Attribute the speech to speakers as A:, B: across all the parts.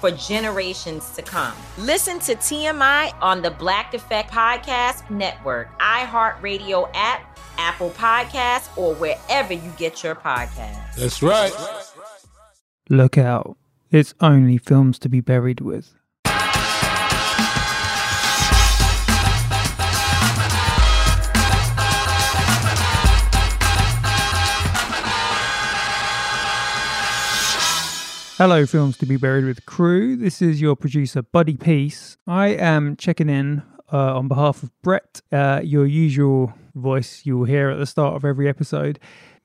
A: for generations to come. Listen to TMI on the Black Effect Podcast Network, iHeartRadio app, Apple Podcasts, or wherever you get your podcasts.
B: That's right.
C: Look out. It's only films to be buried with. Hello, Films to be Buried with crew. This is your producer, Buddy Peace. I am checking in uh, on behalf of Brett, uh, your usual voice you'll hear at the start of every episode.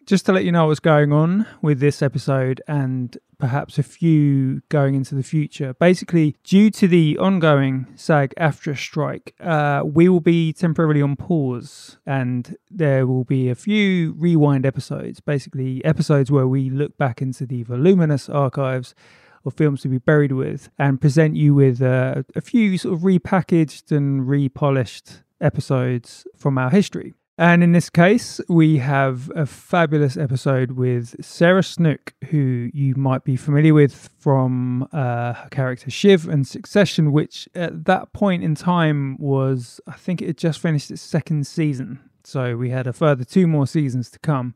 C: Just to let you know what's going on with this episode and perhaps a few going into the future. Basically, due to the ongoing SAG AFTRA strike, uh, we will be temporarily on pause and there will be a few rewind episodes. Basically, episodes where we look back into the voluminous archives or films to be buried with and present you with uh, a few sort of repackaged and repolished episodes from our history. And in this case, we have a fabulous episode with Sarah Snook, who you might be familiar with from uh, her character Shiv and Succession, which at that point in time was, I think it had just finished its second season. So we had a further two more seasons to come.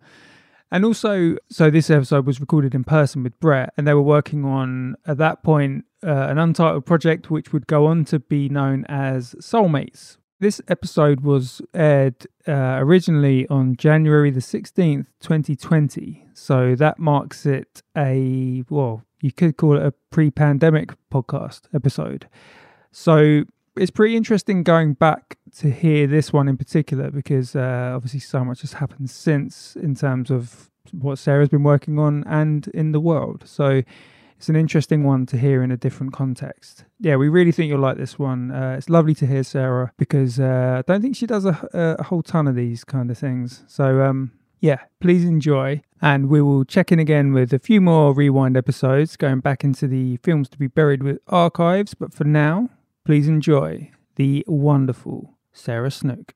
C: And also, so this episode was recorded in person with Brett, and they were working on, at that point, uh, an untitled project which would go on to be known as Soulmates. This episode was aired uh, originally on January the 16th, 2020. So that marks it a, well, you could call it a pre pandemic podcast episode. So it's pretty interesting going back to hear this one in particular because uh, obviously so much has happened since in terms of what Sarah's been working on and in the world. So it's an interesting one to hear in a different context. Yeah, we really think you'll like this one. Uh, it's lovely to hear Sarah because uh, I don't think she does a, a whole ton of these kind of things. So um, yeah, please enjoy. And we will check in again with a few more rewind episodes going back into the films to be buried with archives. But for now, please enjoy the wonderful Sarah Snook.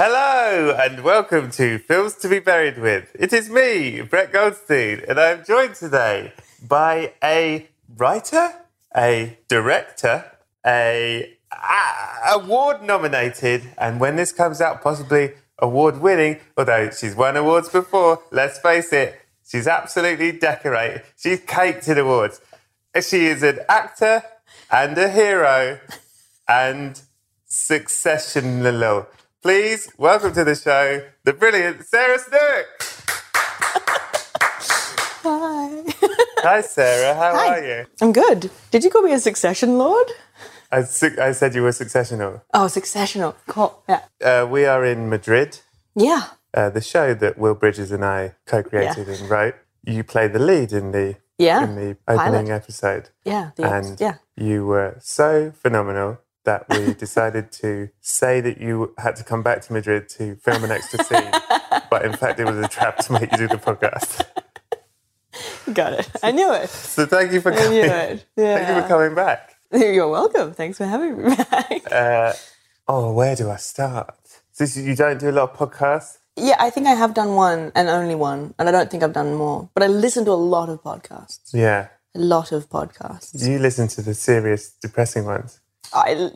D: Hello and welcome to Films to be Buried with. It is me, Brett Goldstein, and I'm joined today by a writer, a director, a ah, award nominated, and when this comes out, possibly award winning, although she's won awards before, let's face it, she's absolutely decorated. She's caked in awards. She is an actor and a hero and successional. Please welcome to the show the brilliant Sarah Snook.
E: Hi.
D: Hi, Sarah. How are you?
E: I'm good. Did you call me a succession lord?
D: I, su- I said you were successional.
E: Oh, successional. Cool. Yeah.
D: Uh, we are in Madrid.
E: Yeah.
D: uh, the show that Will Bridges and I co-created and wrote. You play the lead in the
E: Yeah,
D: in the
E: pilot.
D: opening episode,
E: Yeah. The ex-
D: and
E: yeah.
D: you were so phenomenal that we decided to say that you had to come back to Madrid to film an extra scene, but in fact it was a trap to make you do the podcast.
E: Got it. I knew it.
D: So thank you for
E: I
D: coming.
E: knew it.
D: Thank you for
E: Yeah.
D: coming Uh, back.
E: You're welcome. Thanks for having me back.
D: Oh, where do I start? So you you don't do a lot of podcasts.
E: Yeah, I think I have done one and only one, and I don't think I've done more. But I listen to a lot of podcasts.
D: Yeah,
E: A lot of podcasts.
D: you listen to the serious, depressing ones.
E: I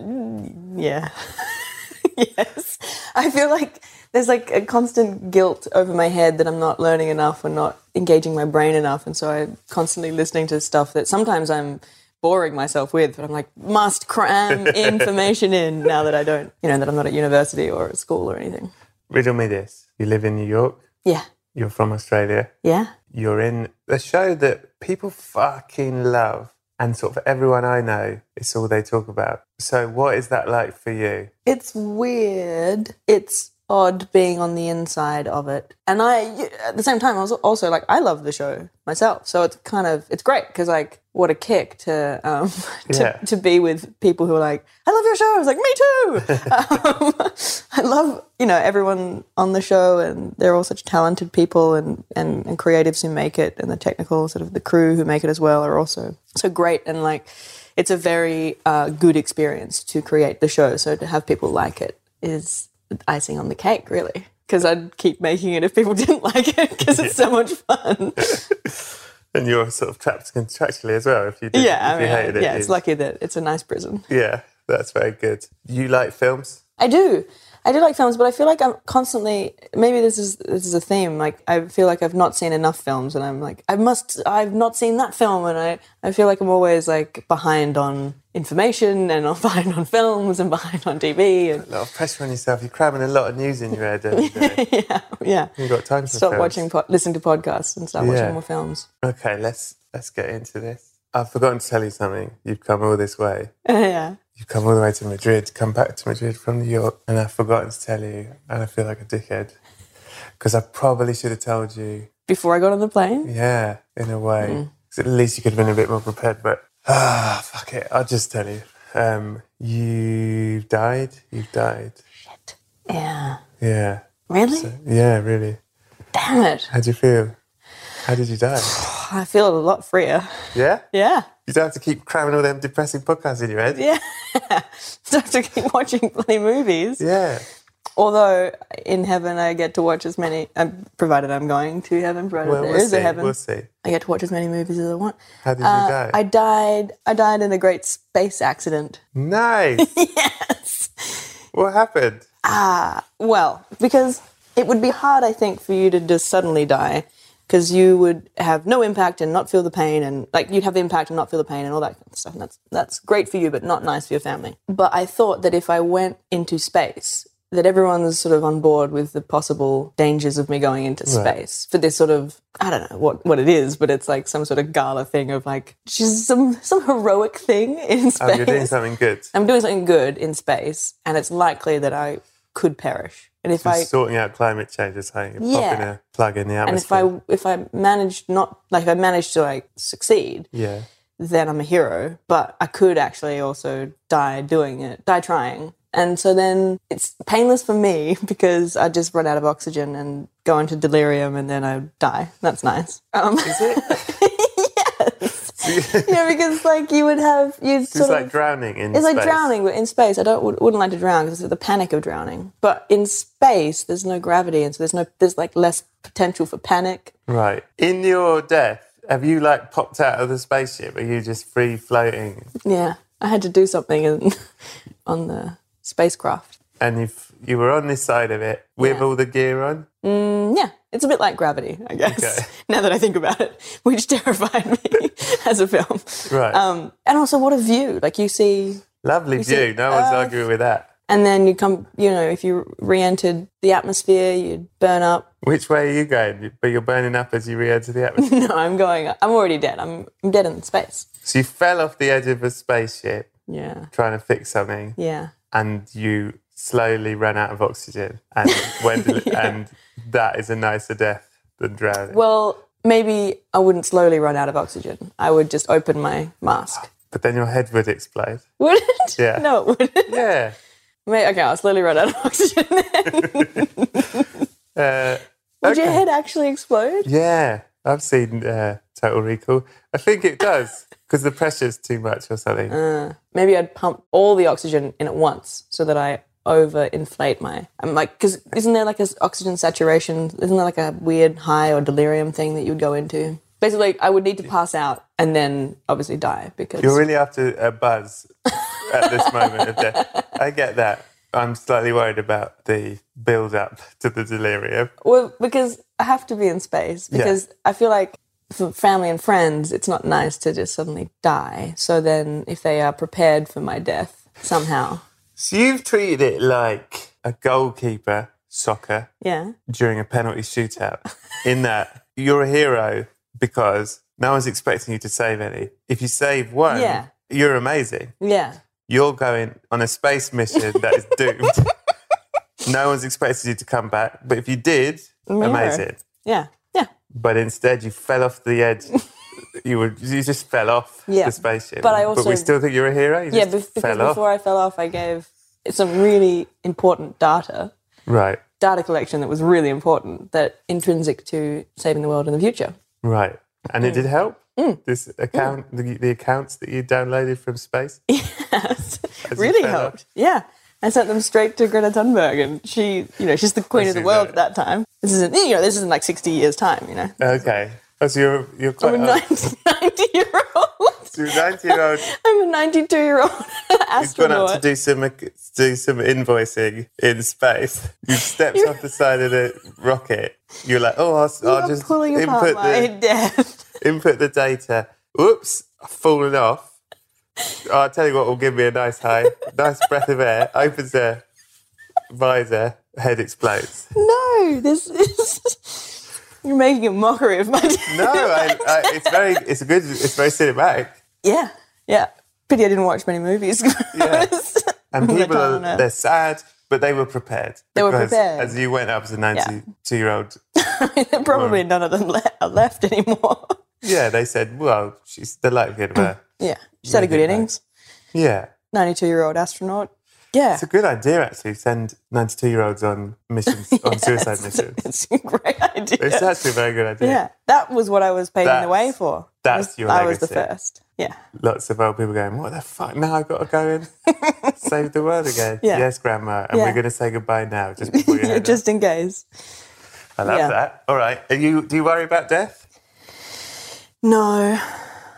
E: yeah. yes. I feel like there's like a constant guilt over my head that I'm not learning enough or not engaging my brain enough and so I'm constantly listening to stuff that sometimes I'm boring myself with but I'm like must cram information in now that I don't, you know, that I'm not at university or at school or anything.
D: Riddle me this: You live in New York.
E: Yeah.
D: You're from Australia.
E: Yeah.
D: You're in a show that people fucking love, and sort of everyone I know, it's all they talk about. So what is that like for you?
E: It's weird. It's odd being on the inside of it. And I, at the same time, I was also like, I love the show myself. So it's kind of, it's great because like, what a kick to, um, to,
D: Yeah.
E: to be with people who are like, I love your show. I was like, me too. um, I love, you know, everyone on the show and they're all such talented people and, and, and creatives who make it and the technical sort of the crew who make it as well are also so great. And like, it's a very uh, good experience to create the show. So to have people like it is icing on the cake, really. Because I'd keep making it if people didn't like it because it's so much fun.
D: And you're sort of trapped contractually as well. If you did,
E: yeah,
D: if
E: I
D: you
E: mean,
D: hated it,
E: yeah, it's
D: you'd-
E: lucky that it's a nice prison.
D: Yeah, that's very good. You like films?
E: I do. I do like films, but I feel like I'm constantly. Maybe this is this is a theme. Like I feel like I've not seen enough films, and I'm like I must. I've not seen that film, and I I feel like I'm always like behind on information, and I'm behind on films, and behind on TV, and
D: A lot of pressure on yourself. You're cramming a lot of news in your head. every day.
E: yeah.
D: You've got time for
E: Stop
D: films.
E: watching, po- listen to podcasts, and start
D: Yeah.
E: watching more films.
D: Okay, let's let's get into this. I've forgotten to tell you something. You've come all this way.
E: yeah.
D: You've come all the way to Madrid, come back to Madrid from New York, and I've forgotten to tell you, and I feel like a dickhead because I probably should have told you.
E: Before I got on the plane,
D: Yeah, in a way,
E: Mm.
D: 'Cause at least you could have been a bit more prepared. But ah, fuck it, I'll just tell you. Um, you've died. You've died.
E: Yeah.
D: Yeah,
E: Really?
D: yeah, really.
E: Damn it.
D: How do you feel? How did you die?
E: I feel a lot freer.
D: Yeah,
E: Yeah.
D: you don't have to keep cramming all them depressing podcasts in your head.
E: Yeah. Don't have to keep watching bloody movies.
D: Yeah.
E: Although in heaven I get to watch as many, um, provided I'm going to heaven, provided
D: Well,
E: there is
D: we'll see.
E: a heaven,
D: We'll see.
E: I get to watch as many movies as I want.
D: How did you
E: Uh,
D: die?
E: I died. I died in a great space accident.
D: Nice.
E: yes.
D: what happened?
E: Well, because it would be hard, I think, for you to just suddenly die because you would have no impact and not feel the pain and like you'd have impact and not feel the pain and all that kind of stuff. And that's that's great for you, but not nice for your family. But I thought that if I went into space, that everyone was sort of on board with the possible dangers of me going into space for this sort of I don't know what, what it is, but it's like some sort of gala thing of like she's some some heroic thing in space.
D: Oh, you're doing something good.
E: I'm doing something good in space, and it's likely that I could perish. And if I
D: Just sorting out climate change or something. and Popping
E: Yeah.
D: a plug in the
E: and if
D: atmosphere.
E: I if I managed not like if I managed to like succeed,
D: yeah.
E: then I'm a hero. But I could actually also die doing it, die trying. And so then it's painless for me because I just run out of oxygen and go into delirium and then I die. That's nice. Um, Is it? yes. yeah, because like you would have you'd
D: It's
E: sort
D: like
E: of
D: drowning in
E: it's
D: space.
E: like drowning, but in space, I don't would- wouldn't like to drown because of the panic of drowning. But in space, there's no gravity, and so there's no there's like less potential for panic.
D: Right. In your death, have you like popped out of the spaceship? Are you just free floating
E: Yeah, I had to do something in, on the spacecraft.
D: and if you were on this side of it with all the gear on?
E: And Mm, yeah, it's a bit like gravity, I guess.
D: Okay.
E: Now that I think about it, which terrified me as a film.
D: Right.
E: Um, and also, what a view! Like you see
D: Lovely view.
E: see
D: no one's
E: Earth.
D: arguing with that.
E: and then you come, you know, if you re-entered the atmosphere, you'd burn up.
D: Which way are you going? But you're burning up as you re enter the atmosphere.
E: No, I'm going. I'm already dead. I'm I'm dead in space.
D: so you fell off the edge of a spaceship
E: Yeah.
D: trying to fix something
E: Yeah.
D: and you slowly ran out of oxygen. And, when, and that is a nicer death than drowning.
E: Well, maybe I wouldn't slowly run out of oxygen. I would just open my mask.
D: but then your head would explode.
E: Would it?
D: Yeah.
E: No, it wouldn't.
D: Yeah.
E: May Okay, I'll slowly run out of oxygen then.
D: Uh,
E: Would your head actually explode?
D: Yeah, uh, I've seen uh, Total Recall? I think it does because the pressure's too much or something.
E: Maybe I'd pump all the oxygen in at once so that I overinflate my. I'm like, because isn't there like a s- oxygen saturation? Isn't there like a weird high or delirium thing that you would go into? Basically, I would need to pass out and then obviously die because
D: You're really after a buzz at this moment of death. I get that. I'm slightly worried about the build up to the delirium.
E: Well, because I have to be in space because I feel like for family and friends, it's not nice to just suddenly die. So then, if they are prepared for my death somehow,
D: So you've treated it like a goalkeeper soccer
E: yeah,
D: during a penalty shootout, in that you're a hero because no one's expecting you to save any. If you save one,
E: Yeah.
D: you're amazing.
E: yeah,
D: You're going on a space mission that is doomed. no one's expecting you to come back, but if you did, amazing.
E: yeah, yeah.
D: but instead you fell off the edge. you were you just fell off
E: Yeah.
D: the spaceship.
E: But I
D: but we
E: also-
D: still think you're a hero. You
E: Yeah,
D: just
E: bef- because
D: fell off.
E: before I fell off, I gave some really important data,
D: Right,
E: data collection that was really important, that intrinsic to saving the world in the future.
D: right, and it did help.
E: Mm.
D: This account, the, the accounts that you downloaded from space.
E: Yes, really
D: fell off.
E: helped. Yeah. I sent them straight to Greta Thunberg, and she, you know, she's the queen of the
D: see
E: world
D: that.
E: at that time. This isn't, you know, this isn't like 60 years' time, you know.
D: Okay, oh, so you're you're quite.
E: I'm a
D: old.
E: 90, year
D: So
E: old.
D: you're 90 year old.
E: I'm a 92 year old
D: You've gone out to
E: astronaut.
D: do some uh, do some invoicing in space. You've stepped
E: You're-
D: off the side of the rocket. You're like, oh, I'll,
E: You
D: I'll
E: are
D: just
E: pulling apart
D: input
E: my
D: the
E: death.
D: input the data. Whoops, I've fallen off. I'll tell you what will give me a nice high. Nice breath of air. Opens the visor, head explodes.
E: No, this is. You're making a mockery of my death.
D: No, I, I, it's very, it's a good, it's very cinematic.
E: Yeah, yeah. Pity I didn't watch many movies.
D: Yeah. And
E: All the
D: people are,
E: time on Earth.
D: they're sad, but they were prepared.
E: They were
D: Because
E: prepared.
D: As you went up as a 92 year old,
E: Probably none of them le- are left anymore.
D: yeah, they said, well, she's the likelihood of her.
E: Yeah, she's had a good
D: Making
E: innings.
D: Yeah.
E: 92 year old astronaut. Yeah.
D: It's a good idea, actually, send 92 year olds on missions, on suicide missions.
E: It's a great idea.
D: It's actually a very good idea.
E: Yeah, that was what I was paving the way
D: That's-
E: for.
D: that's
E: I was-
D: your
E: I was the
D: legacy.
E: first. Yeah.
D: lots of old people going, What the fuck? Now I've got to go in, save the world again.
E: Yeah.
D: Yes, Grandma. And
E: Yeah.
D: we're going to say goodbye now. Just, before you head
E: Just in case.
D: off." I love
E: yeah.
D: that. All right. Are you, do you worry about death?
E: No.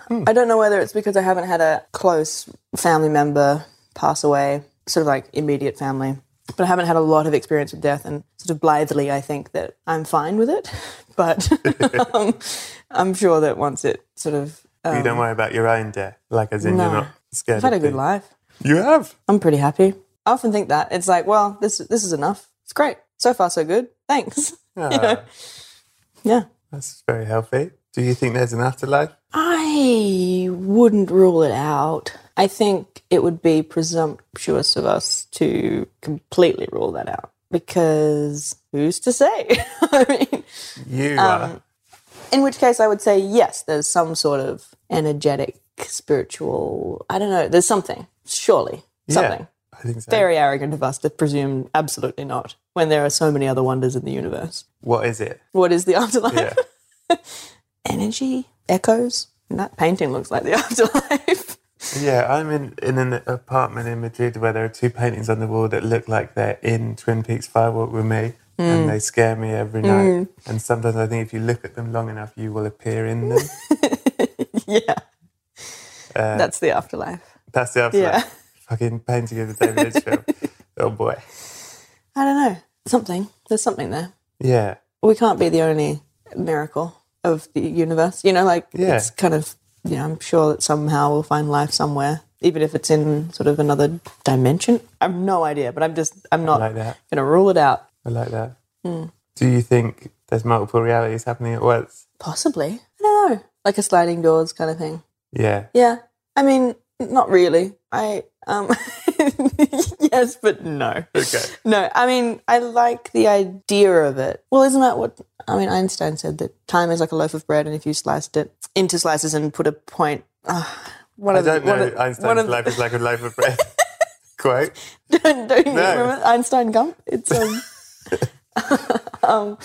D: Hmm.
E: I don't know whether it's because I haven't had a close family member pass away, sort of like immediate family, but I haven't had a lot of experience with death. And sort of blithely, I think that I'm fine with it. But um, I'm sure that once it sort of. Um,
D: you don't worry about your own death, like as in
E: no.
D: you're not scared.
E: I've had
D: of
E: a good
D: being-
E: life.
D: You have.
E: I'm pretty happy. I often think that it's like, well, this this is enough. It's great. So far, so good. Thanks.
D: Ah,
E: You know? Yeah.
D: That's very healthy. Do you think there's an afterlife?
E: I wouldn't rule it out. I think it would be presumptuous of us to completely rule that out because who's to say? I mean, Um,
D: You are.
E: in which case, I would say yes, there's some sort of energetic, spiritual, I don't know, there's something, surely. Something.
D: I think so.
E: Very arrogant of us to presume absolutely not when there are so many other wonders in the universe.
D: What is it?
E: What is the afterlife?
D: Yeah.
E: Energy, echoes. And that painting looks like the afterlife.
D: Yeah, I'm in, in an apartment in Madrid where there are two paintings on the wall that look like they're in Twin Peaks Firewalk with me,
E: Hmm.
D: and they scare me every night. And sometimes I think if you look at them long enough, you will appear in them.
E: yeah.
D: Uh,
E: That's the afterlife.
D: That's the afterlife.
E: Yeah.
D: Fucking painting of the David Lynch film. Oh boy.
E: I don't know. Something. There's something there.
D: Yeah.
E: We can't be the only miracle of the universe. You know, like
D: Yeah.
E: it's kind of, you know, I'm sure that somehow we'll find life somewhere, even if it's in sort of another dimension. I've no idea, but I'm just, I'm not
D: like that.
E: going to rule it out.
D: I like that.
E: Hmm.
D: Do you think there's multiple realities happening at once?
E: Possibly. I don't know. Like a sliding doors kind of thing.
D: Yeah.
E: Yeah. I mean, not really. I um yes, but no.
D: Okay.
E: No, I mean, I like the idea of it. Well, isn't that what I mean, Einstein said that time is like a loaf of bread and if you sliced it into slices and put a point uh, one
D: I
E: of the-
D: don't know.
E: one of- one
D: Einstein's
E: of the-
D: life is like a loaf of bread. Quote.
E: don't, don't you
D: No.
E: remember Einstein Gump? It's um, um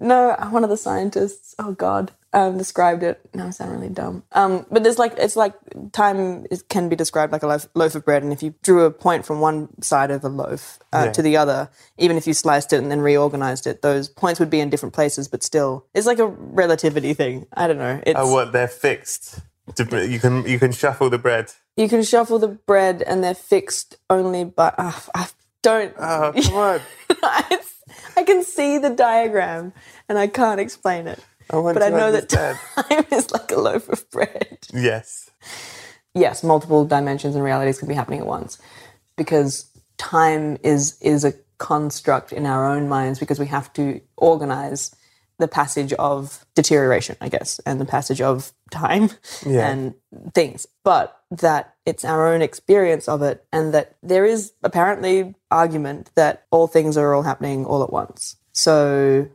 E: No, one of the scientists. Oh God, um, described it. No, I sound really dumb. Um, but there's like it's like time is, can be described like a loaf, loaf of bread, and if you drew a point from one side of a loaf uh,
D: Yeah.
E: to the other, even if you sliced it and then reorganized it, those points would be in different places. But still, it's like a relativity thing. I don't know. It's,
D: Oh, what? They're fixed. To br- You can you can shuffle the bread.
E: You can shuffle the bread, and they're fixed only by. Uh, I don't.
D: Oh, come on.
E: It's- I can see the diagram, and I can't explain it.
D: I want
E: but I
D: to
E: know that
D: understand.
E: time is like a loaf of bread.
D: Yes.
E: Yes, multiple dimensions and realities can be happening at once because time is is a construct in our own minds because we have to organize the passage of deterioration, I guess, and the passage of time
D: Yeah.
E: and things. But that it's our own experience of it and that there is apparently argument that all things are all happening all at once. So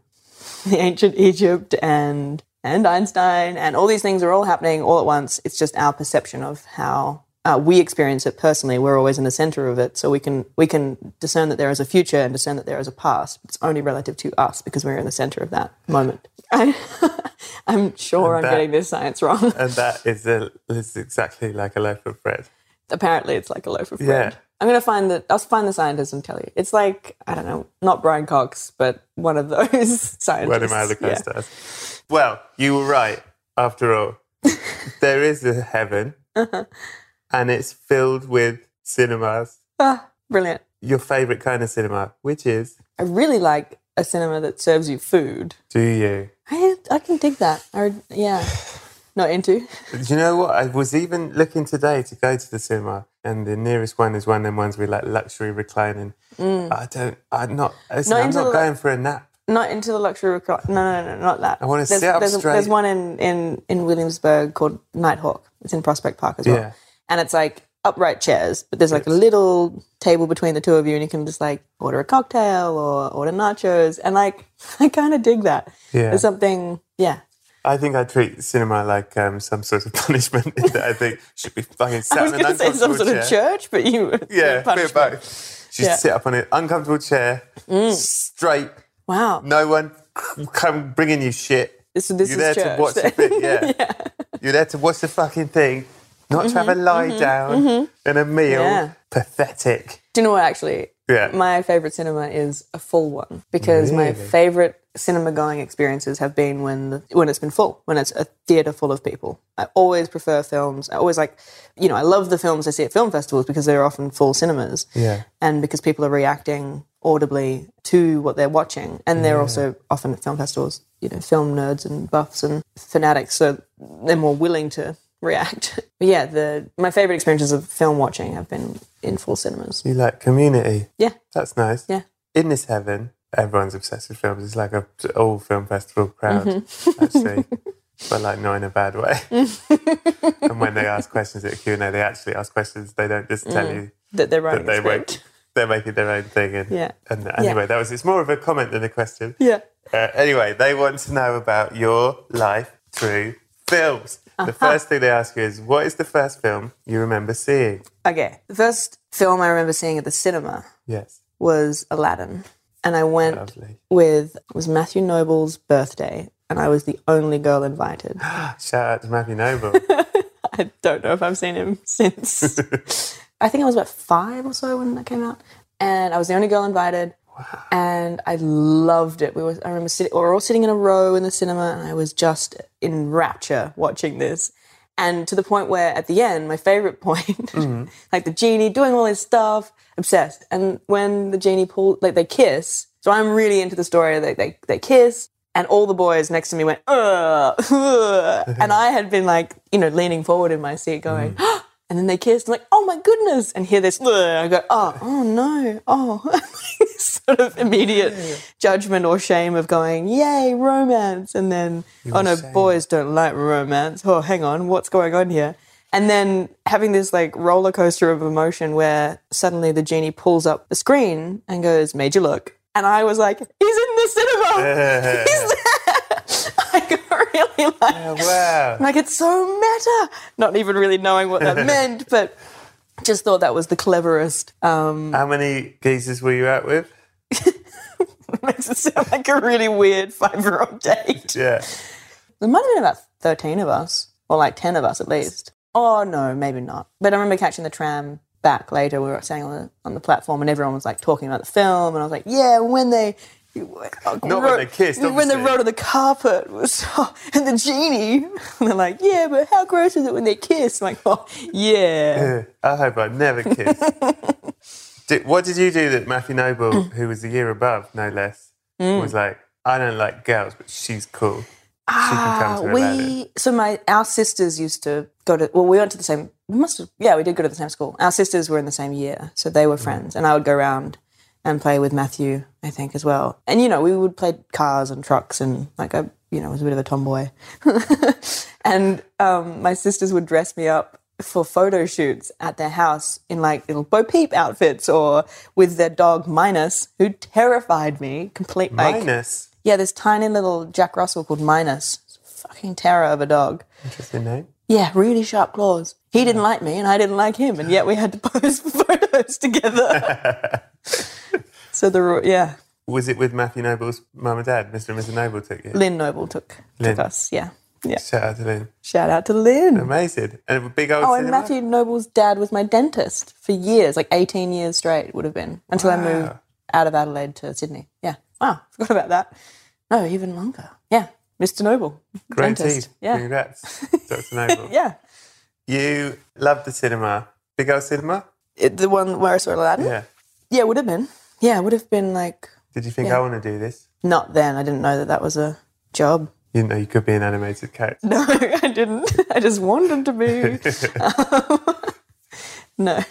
E: the ancient Egypt and and Einstein and all these things are all happening all at once. It's just our perception of how uh, we experience it personally. We're always in the center of it, so we can we can discern that there is a future and discern that there is a past. It's only relative to us because we're in the center of that moment. I, I'm sure I'm
D: that-
E: getting this science wrong.
D: And that is a, is exactly like a loaf of bread.
E: Apparently, it's like a loaf of
D: Yeah.
E: bread. I'm gonna find the I'll find the scientist and tell you. It's like I don't know, not Brian Cox, but one of those scientists.
D: Where am I the
E: Yeah.
D: does. Well, you were right, after all. there is a heaven,
E: Uh-huh.
D: and it's filled with cinemas.
E: Ah, brilliant.
D: Your favourite kind of cinema, which is?
E: I really like a cinema that serves you food.
D: Do you?
E: I I can dig that. I, yeah, not into.
D: Do you know what? I was even looking today to go to the cinema, and the nearest one is one of them ones with like luxury reclining. I don't. I'm not. Listen,
E: Mm. Not
D: I'm
E: into
D: not
E: the-
D: going for a nap.
E: Not into the luxury recli No, no, no, not that.
D: I wanna
E: There's-
D: sit up
E: there's,
D: straight.
E: There's one in, in, in Williamsburg called Nighthawk. It's in Prospect Park as well.
D: Yeah.
E: And it's like upright chairs, but there's like a little table between the two of you, and you can just like order a cocktail or order nachos. And like, I kind of dig that.
D: Yeah.
E: There's something, yeah.
D: I think I treat cinema like um, some sort of punishment. that I think should be fucking sat
E: I was
D: in an
E: going to say some
D: uncomfortable
E: sort of
D: chair.
E: church, but you were
D: Yeah, bit of
E: punishment.
D: both. She
E: Yeah. Mm.
D: sit up on an uncomfortable chair, straight.
E: Wow.
D: No one c- come bringing you shit.
E: This- this
D: You're there
E: is church.
D: to watch the thing. Yeah. You're there to watch the fucking thing, not to have a lie down and a meal.
E: Mm-hmm, Yeah.
D: Pathetic.
E: Do you know what, actually?
D: Yeah.
E: My favourite cinema is a full one because my favourite cinema going experiences have been when the, when it's been full, when it's a theatre full of people. I always prefer films. I always like, you know, I love the films I see at film festivals because they're often full cinemas.
D: Yeah.
E: And because people are reacting audibly to what they're watching. And they're also often at film festivals, you know, film nerds and buffs and fanatics. So they're more willing to react. but yeah, the my favourite experiences of film watching have been in full cinemas.
D: You like community.
E: Yeah.
D: That's nice.
E: Yeah.
D: In this heaven, everyone's obsessed with films. It's like a all film festival crowd,
E: Mm-hmm.
D: actually, but like not in a bad way. and when they ask questions at Q and A, they actually ask questions. They don't just tell you
E: That
D: that
E: they're Mm. writing
D: they
E: a script.
D: won't. They're making their own thing. And,
E: Yeah.
D: and anyway, that was it's more of a comment than a question.
E: Yeah.
D: Uh, anyway, they want to know about your life through films.
E: Uh-huh.
D: The first thing they ask you is, what is the first film you remember seeing?
E: Okay. The first film I remember seeing at the cinema
D: Yes.
E: was Aladdin. And I went
D: Lovely.
E: with it was Matthew Noble's birthday and I was the only girl invited.
D: Shout out to Matthew Noble.
E: I don't know if I've seen him since. I think I was about five or so when that came out, and I was the only girl invited. And I loved it. We were, I remember sitting, we were all sitting in a row in the cinema, and I was just in rapture watching this. And to the point where at the end, my favorite point, like the genie doing all his stuff, obsessed. And when the genie pulled, like they kiss. So I'm really into the story. They, they, they kiss, and all the boys next to me went, ugh, ugh. and I had been like, you know, leaning forward in my seat going, and then they kissed, I'm like, oh my goodness, and hear this, ugh. I go, oh, oh no, oh, sort of immediate judgment or shame of going, yay, romance, and then, oh no, boys don't like romance, oh, hang on, what's going on here? And then having this like roller coaster of emotion where suddenly the genie pulls up the screen and goes, made you look. And I was like, he's in the cinema. he's I got really like,
D: wow.
E: like it's so meta. Not even really knowing what that meant, but just thought that was the cleverest. Um,
D: How many geezers were you out with?
E: makes it sound like a really weird five-year-old date.
D: Yeah.
E: There might have been about 13 of us, or like 10 of us at least. Oh, no, maybe not. But I remember catching the tram back later. We were standing on the, on the platform and everyone was like talking about the film. And I was like, yeah, when they. Not
D: when they kissed,
E: When they
D: obviously.
E: wrote on the carpet was, oh, and the genie. And they're like, yeah, but how gross is it when they kiss? I'm like, oh, yeah.
D: I hope I never kiss. did, what did you do that Matthew Noble,
E: Mm.
D: who was a year above, no less, was like, I don't like girls, but she's cool. she can come
E: Uh,
D: to Aladdin.
E: we so my our sisters used to go to well we went to the same we must have yeah we did go to the same school our sisters were in the same year so they were friends and I would go around and play with Matthew I think as well and you know we would play cars and trucks and like I you know was a bit of a tomboy and um, my sisters would dress me up for photo shoots at their house in like little Bo Peep outfits or with their dog Minus who terrified me complete like
D: Minus.
E: yeah, this tiny little Jack Russell called Minus. It's a fucking terror of a dog.
D: Interesting name.
E: Yeah, really sharp claws. He didn't like me and I didn't like him, and yet we had to pose for photos together. so the ro- yeah,
D: Was it with Matthew Noble's mum and dad? Mr. and Mrs. Noble took you.
E: Lynn Noble took
D: Lynn.
E: took us. Yeah, yeah.
D: Shout out to Lynn.
E: Shout out to Lynn.
D: Amazing. And a big old
E: Oh, and
D: cinema?
E: Matthew Noble's dad was my dentist for years, like eighteen years straight would have been until I moved out of Adelaide to Sydney. Yeah. Wow, forgot about that. No, even longer. Yeah, Mr. Noble,
D: Great
E: dentist.
D: teeth.
E: Yeah,
D: Congrats, Dr. Noble.
E: yeah.
D: You loved the cinema. Big old cinema?
E: It, the one where I saw Aladdin.
D: Yeah.
E: Yeah, would have been. Yeah, would have been like
D: Did you think I want to do this?
E: not then. I didn't know that that was a job.
D: You didn't know you could be an animated character.
E: No, I didn't. I just wanted to be. Um, no,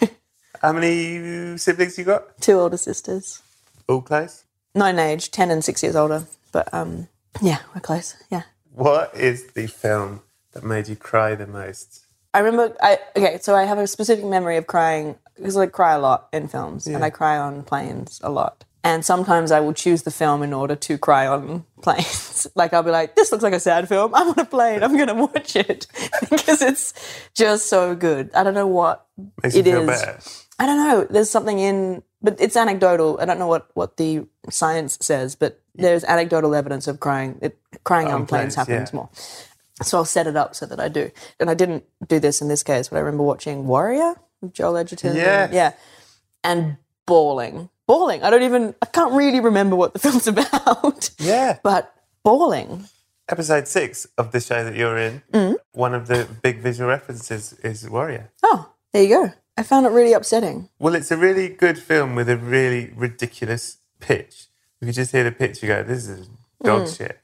D: How many siblings you got?
E: two older sisters,
D: All close?
E: not in age, ten and six years older. But um, yeah, we're close. Yeah,
D: What is the film that made you cry the most?
E: I remember. I okay, so I have a specific memory of crying because I cry a lot in films, and I cry on planes a lot. And sometimes I will choose the film in order to cry on planes. like I'll be like, "This looks like a sad film. I'm on a plane. I'm going to watch it because it's just so good." I don't know what
D: Makes
E: it
D: you feel
E: is.
D: better.
E: I don't know. There's something in, but it's anecdotal. I don't know what, what the science says, but there's anecdotal evidence of crying. It, crying on,
D: planes,
E: planes, happens
D: yeah.
E: more. So I'll set it up so that I do. And I didn't do this in this case, but I remember watching Warrior with Joel Edgerton. and-
D: Yes.
E: yeah. And bawling. Bawling. I don't even, I can't really remember what the film's about,
D: Yeah.
E: but bawling.
D: Episode six of the show that you're in,
E: Mm.
D: one of the big visual references is Warrior.
E: Oh, there you go. I found it really upsetting.
D: Well, it's a really good film with a really ridiculous pitch. If you just hear the pitch, you go, this is dog
E: Mm.
D: shit.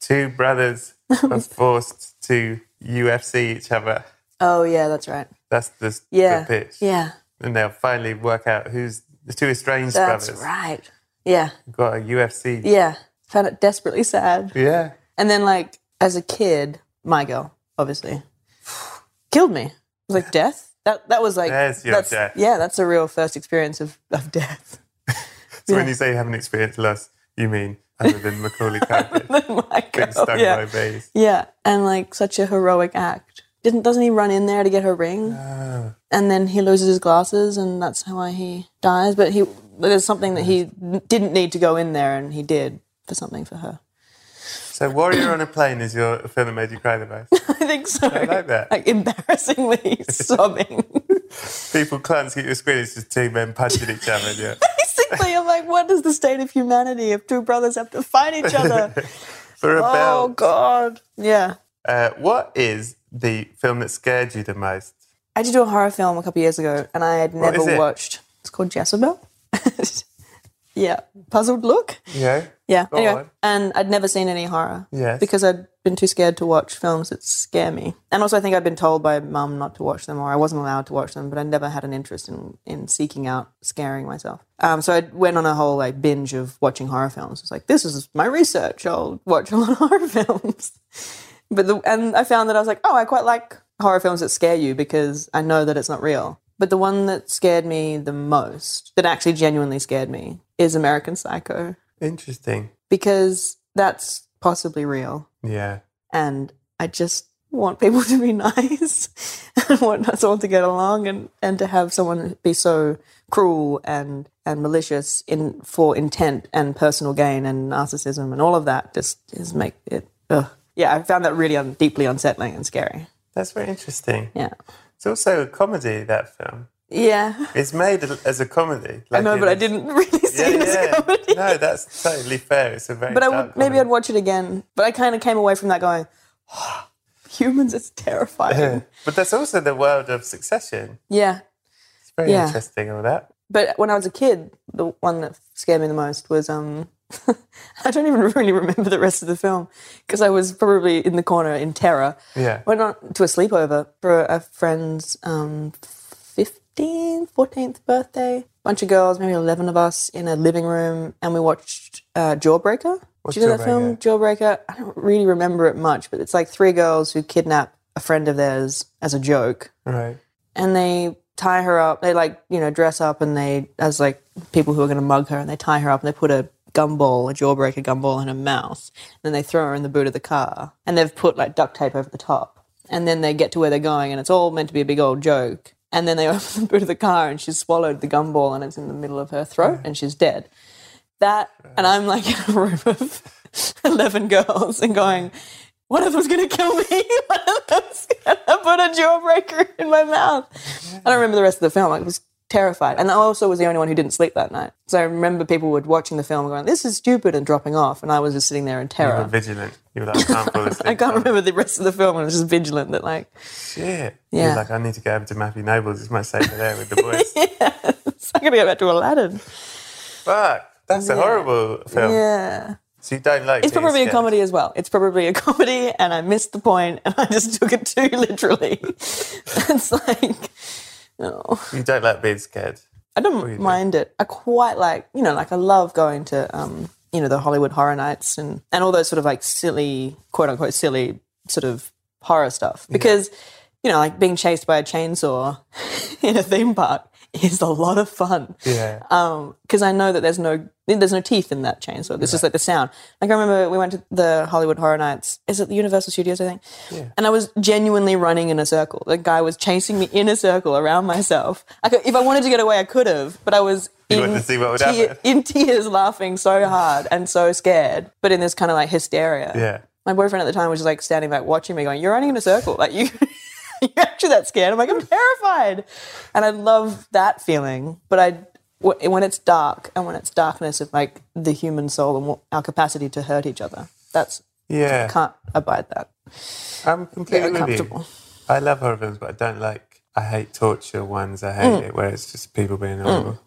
D: Two brothers are forced to UFC each other.
E: Oh, yeah, that's right.
D: That's the, the
E: Yeah.
D: pitch.
E: Yeah.
D: And they'll finally work out who's the two estranged
E: That's
D: brothers.
E: right. Yeah.
D: Got a UFC.
E: Yeah, found it desperately sad.
D: yeah.
E: And then, like, as a kid, my girl, obviously, killed me. It was like death. That that was like
D: There's your
E: that's,
D: death.
E: Yeah, that's a real first experience of, of death.
D: So when you say you haven't experienced loss, you mean other than Macaulay Culkin
E: my
D: being
E: girl,
D: stung
E: yeah.
D: by bees.
E: yeah, and like such a heroic act. Didn't doesn't he run in there to get her ring?
D: Ah.
E: And then he loses his glasses, and that's how I- he dies. But he there's something that he didn't need to go in there, and he did for something for her.
D: So Warrior on a Plane is your film that made you cry the most.
E: I think so. I
D: like that.
E: Like embarrassingly sobbing.
D: People clumps get your screen, it's just two men punching each other. and you're-
E: Basically, I'm like, what is the state of humanity if two brothers have to fight each other?
D: For a
E: oh,
D: bell.
E: God. Yeah.
D: Uh, what is the film that scared you the most?
E: I did do a horror film a couple years ago and I had never
D: is it?
E: watched. It's called Jezebel. yeah. Puzzled look.
D: Yeah.
E: Yeah.
D: Go
E: anyway,
D: on.
E: and I'd never seen any horror.
D: Yes.
E: Because I'd been too scared to watch films that scare me. And also, I think I'd been told by mum not to watch them or I wasn't allowed to watch them, but I never had an interest in, in seeking out scaring myself. Um, so I went on a whole like binge of watching horror films. It's like, this is my research. I'll watch a lot of horror films. but the, and I found that I was like, oh, I quite like horror films that scare you because I know that it's not real. But the one that scared me the most, that actually genuinely scared me, is American Psycho
D: Interesting.
E: because that's possibly real.
D: Yeah.
E: And I just want people to be nice and want us all to get along and, and to have someone be so cruel and, and malicious in for intent and personal gain and narcissism and all of that just, just make it ugh. yeah i found that really un, deeply unsettling and scary
D: That's very interesting.
E: yeah
D: It's also a comedy, that film.
E: yeah
D: It's made as a comedy.
E: i know but i didn't really see it as a comedy
D: No, that's totally fair. It's a very
E: but i
D: dark
E: would maybe i'd
D: comedy.
E: watch it again but i kind of came away from that going humans it's terrifying
D: But there's also the world of succession.
E: yeah
D: It's very
E: Yeah.
D: interesting, all that.
E: But when I was a kid, the one that scared me the most was um, I don't even really remember the rest of the film because I was probably in the corner in terror.
D: Yeah.
E: Went on to a sleepover for a friend's um, 15th, 14th birthday. Bunch of girls, maybe 11 of us, in a living room, and we watched uh, Jawbreaker.
D: What's
E: Do you know that film, Jawbreaker? I don't really remember it much, but it's like three girls who kidnap a friend of theirs as a joke
D: Right.
E: and they tie her up. They like you know dress up and they as like people who are going to mug her, and they tie her up and they put a gumball, a jawbreaker gumball, in her mouth, and then they throw her in the boot of the car, and they've put like duct tape over the top, and then they get to where they're going, and it's all meant to be a big old joke. And then they open the boot of the car, and she's swallowed the gumball, and it's in the middle of her throat, and she's dead. That, and I'm like in a room of eleven girls, and going, one of them's gonna kill me. One of them's gonna put a jawbreaker in my mouth. I don't remember the rest of the film. I was terrified, and I also was the only one who didn't sleep that night. So I remember people were watching the film, and going, "This is stupid," and dropping off, and I was just sitting there in
D: You were
E: terror.
D: vigilant. You were like, I can't fall asleep.
E: I can't remember the rest of the film, and I was just vigilant that like
D: Shit.
E: Yeah.
D: You're like, I need to go over to Matthew Nobles. It's much safer there with the boys.
E: I'm gonna go back to Aladdin.
D: Fuck. That's a horrible film.
E: Yeah,
D: So you don't like
E: it's
D: being
E: probably a
D: scared.
E: comedy as well. It's probably a comedy, and I missed the point, and I just took it too literally. it's like, oh.
D: You don't like being scared.
E: I don't
D: you do?
E: mind it. I quite like, you know, like I love going to, um, you know, the Hollywood Horror Nights and, and all those sort of like silly, quote unquote, silly sort of horror stuff because, you know, like being chased by a chainsaw in a theme park is a lot of fun.
D: Yeah.
E: Because Um, I know that there's no there's no teeth in that chainsaw. It's just like the sound. Like I remember we went to the Hollywood Horror Nights. Is it the Universal Studios? I think. And I was genuinely running in a circle. The guy was chasing me in a circle around myself. I could, if I wanted to get away, I could have, but I was
D: You
E: in,
D: wanted to see what would
E: te-
D: happen.
E: in tears, laughing so hard and so scared, but in this kind of like hysteria.
D: yeah.
E: My boyfriend at the time was just like standing back watching me, going, "You're running in a circle. Like you, you're actually that scared." I'm like, "I'm terrified," and I love that feeling. But I, w- when it's dark and when it's darkness of like the human soul and what, our capacity to hurt each other, that's
D: Yeah.
E: can't abide that.
D: I'm completely with you.
E: uncomfortable.
D: I love horror films, but I don't like. I hate torture ones. I
E: Mm.
D: hate it where it's just people being horrible.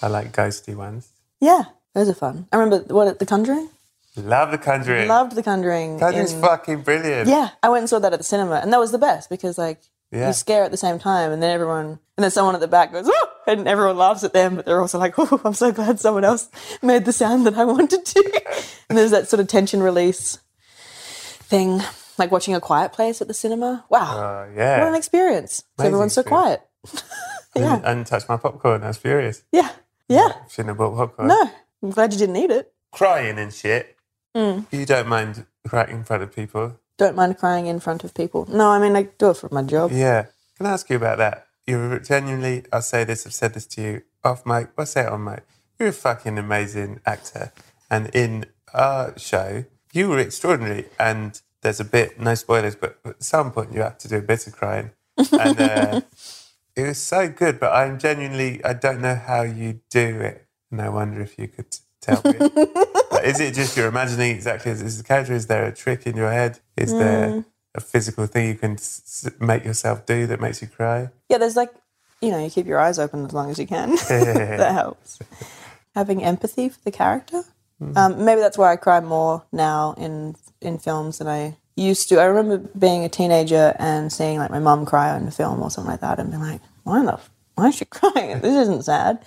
D: I like ghosty ones.
E: Yeah, those are fun. I remember what The Conjuring.
D: Love The Conjuring.
E: Loved The Conjuring.
D: Conjuring's
E: in-
D: fucking brilliant.
E: Yeah, I went and saw that at the cinema, and that was the best because like
D: Yeah.
E: you scare at the same time, and then everyone, and then someone at the back goes, oh! and everyone laughs at them, but they're also like, oh, I'm so glad someone else made the sound that I wanted to. and there's that sort of tension release thing, like watching a quiet place at the cinema. Wow,
D: Oh,
E: what an
D: yeah.
E: experience! So
D: Amazing
E: everyone's so
D: experience.
E: quiet.
D: I didn't- I didn't touch my popcorn. I was furious.
E: Yeah, yeah.
D: Shouldn't have bought popcorn.
E: No, I'm glad you didn't eat it.
D: Crying and shit.
E: Mm.
D: You don't mind crying in front of people.
E: Don't mind crying in front of people. No, I mean I do it for my job.
D: Yeah. Can I ask you about that? You're genuinely, I'll say this, I've said this to you off mic, I'll say it on mic. You're a fucking amazing actor. And in our show, you were extraordinary. And there's a bit, no spoilers, but at some point you have to do a bit of crying. And uh, it was so good, but I'm genuinely, I don't know how you do it. And I wonder if you could tell me. Like, is it just you're imagining exactly as is the character? Is there a trick in your head? Is
E: Hmm.
D: there a physical thing you can s- s- make yourself do that makes you cry?
E: yeah, there's like, you know, you keep your eyes open as long as you can. that helps. Having empathy for the character.
D: Mm-hmm.
E: Um, maybe that's why I cry more now in in films than I used to. I remember being a teenager and seeing like my mum cry in a film or something like that, and being like, "Why the f- why is she crying? This isn't sad."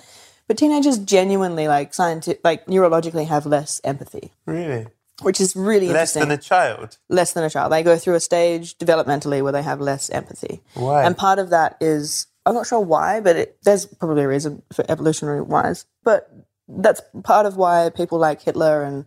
E: But teenagers genuinely, like scientific, like neurologically, have less empathy,
D: Really?
E: which is really
D: Less
E: interesting
D: than a child.
E: less than a child. They go through a stage developmentally where they have less empathy.
D: Why?
E: And part of that is I'm not sure why, but it, there's probably a reason for evolutionary wise. But that's part of why people like Hitler and